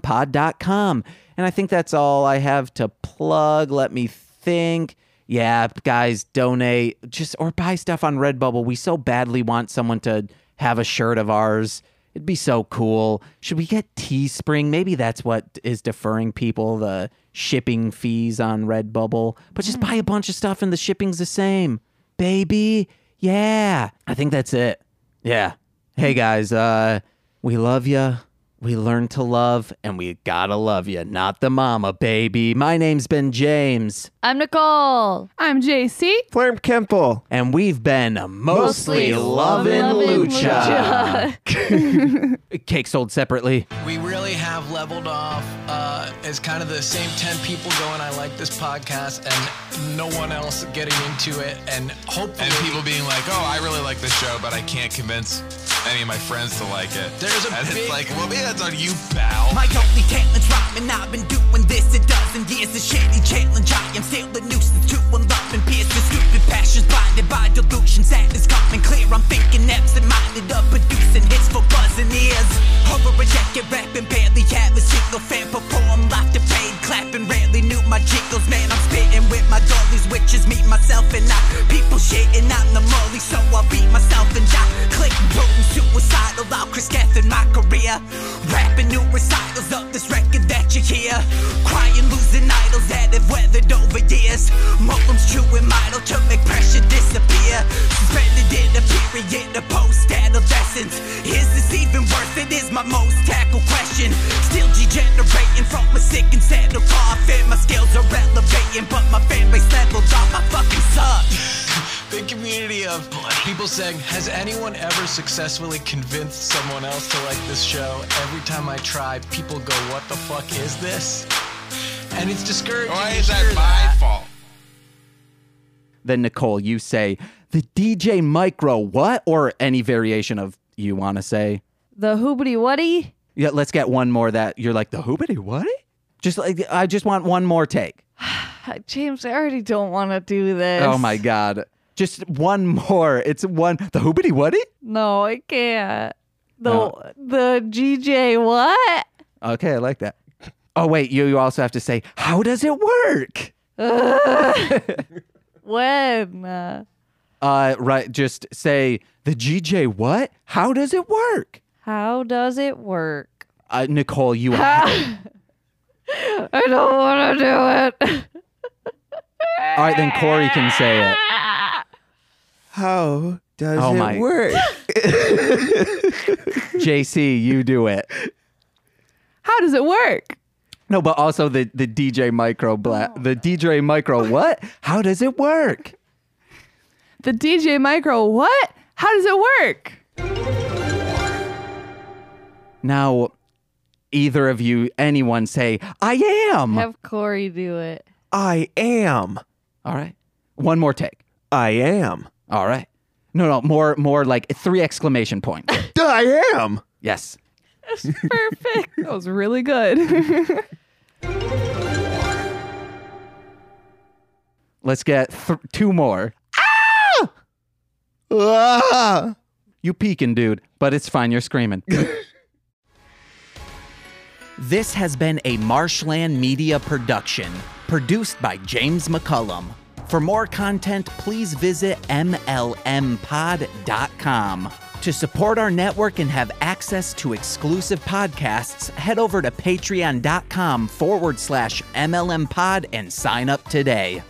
[SPEAKER 1] MLMpod.com. And I think that's all I have to plug. Let me think. Yeah, guys, donate just or buy stuff on Redbubble. We so badly want someone to have a shirt of ours. It'd be so cool. Should we get Teespring? Maybe that's what is deferring people the shipping fees on Redbubble. But just buy a bunch of stuff and the shipping's the same. Baby. Yeah. I think that's it. Yeah. Hey guys, uh we love you. We learn to love and we gotta love you, not the mama, baby. My name's Ben James
[SPEAKER 2] I'm Nicole.
[SPEAKER 5] I'm JC.
[SPEAKER 4] Flarm Kemple.
[SPEAKER 1] and we've been mostly,
[SPEAKER 2] Mostly
[SPEAKER 1] loving,
[SPEAKER 2] lovin'
[SPEAKER 1] lucha. Cake sold separately.
[SPEAKER 6] we really have leveled off. Uh, it's kind of the same 10 people going, I like this podcast, and no one else getting into it. And hopefully,
[SPEAKER 7] and people being like, "Oh, I really like this show, but I can't convince any of my friends to like it."
[SPEAKER 6] There's a
[SPEAKER 7] and
[SPEAKER 6] big-
[SPEAKER 7] it's like, well, maybe that's on you, pal.
[SPEAKER 8] My only talent's rhyming. I've been doing this a dozen years. A shitty challenge. I am still a nuisance to unloving peers. The stupid passions blinded by delusion. Sadness coming clear. I'm thinking absent-minded of producing hits for buzzing ears. Horror jacket rapping. Barely have a single fan perform. Locked to fade. Clapping. Rarely knew my jingles. Man, I'm spitting with my dollies. Witches me, myself, and I. People shitting on the molly. So I beat myself and die. Click, broken, suicidal. Out Chris Gath in my career. Rapping new recitals of this record that you hear. Crying, losing idols that have weathered over years. Muslims chewing might'll to make pressure disappear. Suspended in a period of post adolescence. Is this even worth it? Is my most tackled question. Still degenerating from a sick and sad coffin. My skills are elevating, but my fan base leveled off. I fucking suck.
[SPEAKER 6] the community of people saying, Has anyone ever successfully convinced someone else to like this show? Every time I try, people go, What the fuck is this? And it's discouraging.
[SPEAKER 7] Why
[SPEAKER 6] to
[SPEAKER 7] is that
[SPEAKER 6] hear
[SPEAKER 7] my fault?
[SPEAKER 1] Then, Nicole, you say, the DJ micro, what? Or any variation of you want to say.
[SPEAKER 2] The hoobity whatty.
[SPEAKER 1] Yeah, let's get one more that you're like, the hoobity what? Just like, I just want one more take.
[SPEAKER 3] James, I already don't want to do this.
[SPEAKER 1] Oh my God. Just one more. It's one, the hoobity what?
[SPEAKER 3] No, I can't. The
[SPEAKER 1] No.
[SPEAKER 3] the GJ what?
[SPEAKER 1] Okay, I like that. Oh, wait, you, you also have to say, how does it work?
[SPEAKER 3] When? Uh,
[SPEAKER 1] Uh, right, just say, the GJ what? How does it work?
[SPEAKER 2] How does it work?
[SPEAKER 1] Uh, Nicole, you All
[SPEAKER 3] I don't want to do it.
[SPEAKER 1] right, then Corey can say it.
[SPEAKER 4] How does
[SPEAKER 1] Oh
[SPEAKER 4] it
[SPEAKER 1] my-
[SPEAKER 4] work?
[SPEAKER 1] JC, you do it.
[SPEAKER 5] How does it work?
[SPEAKER 1] No, but also the the DJ micro bla-
[SPEAKER 3] Oh.
[SPEAKER 1] the DJ micro what? How does it work?
[SPEAKER 5] The DJ micro, what? How does it work?
[SPEAKER 1] Now, either of you, anyone, say I am.
[SPEAKER 2] Have Corey do it.
[SPEAKER 4] I am.
[SPEAKER 1] All right, one more take.
[SPEAKER 4] I am.
[SPEAKER 1] All right, no, no, more, more like three exclamation points.
[SPEAKER 4] I am.
[SPEAKER 1] yes.
[SPEAKER 5] That was really good.
[SPEAKER 1] Let's get th- two more.
[SPEAKER 4] Ah!
[SPEAKER 1] You peeking, dude, but it's fine. You're screaming. this has been a Marshland Media production, produced by James McCullum. For more content, please visit MLMpod.com. To support our network and have access to exclusive podcasts, head over to patreon.com forward slash MLMpod and sign up today.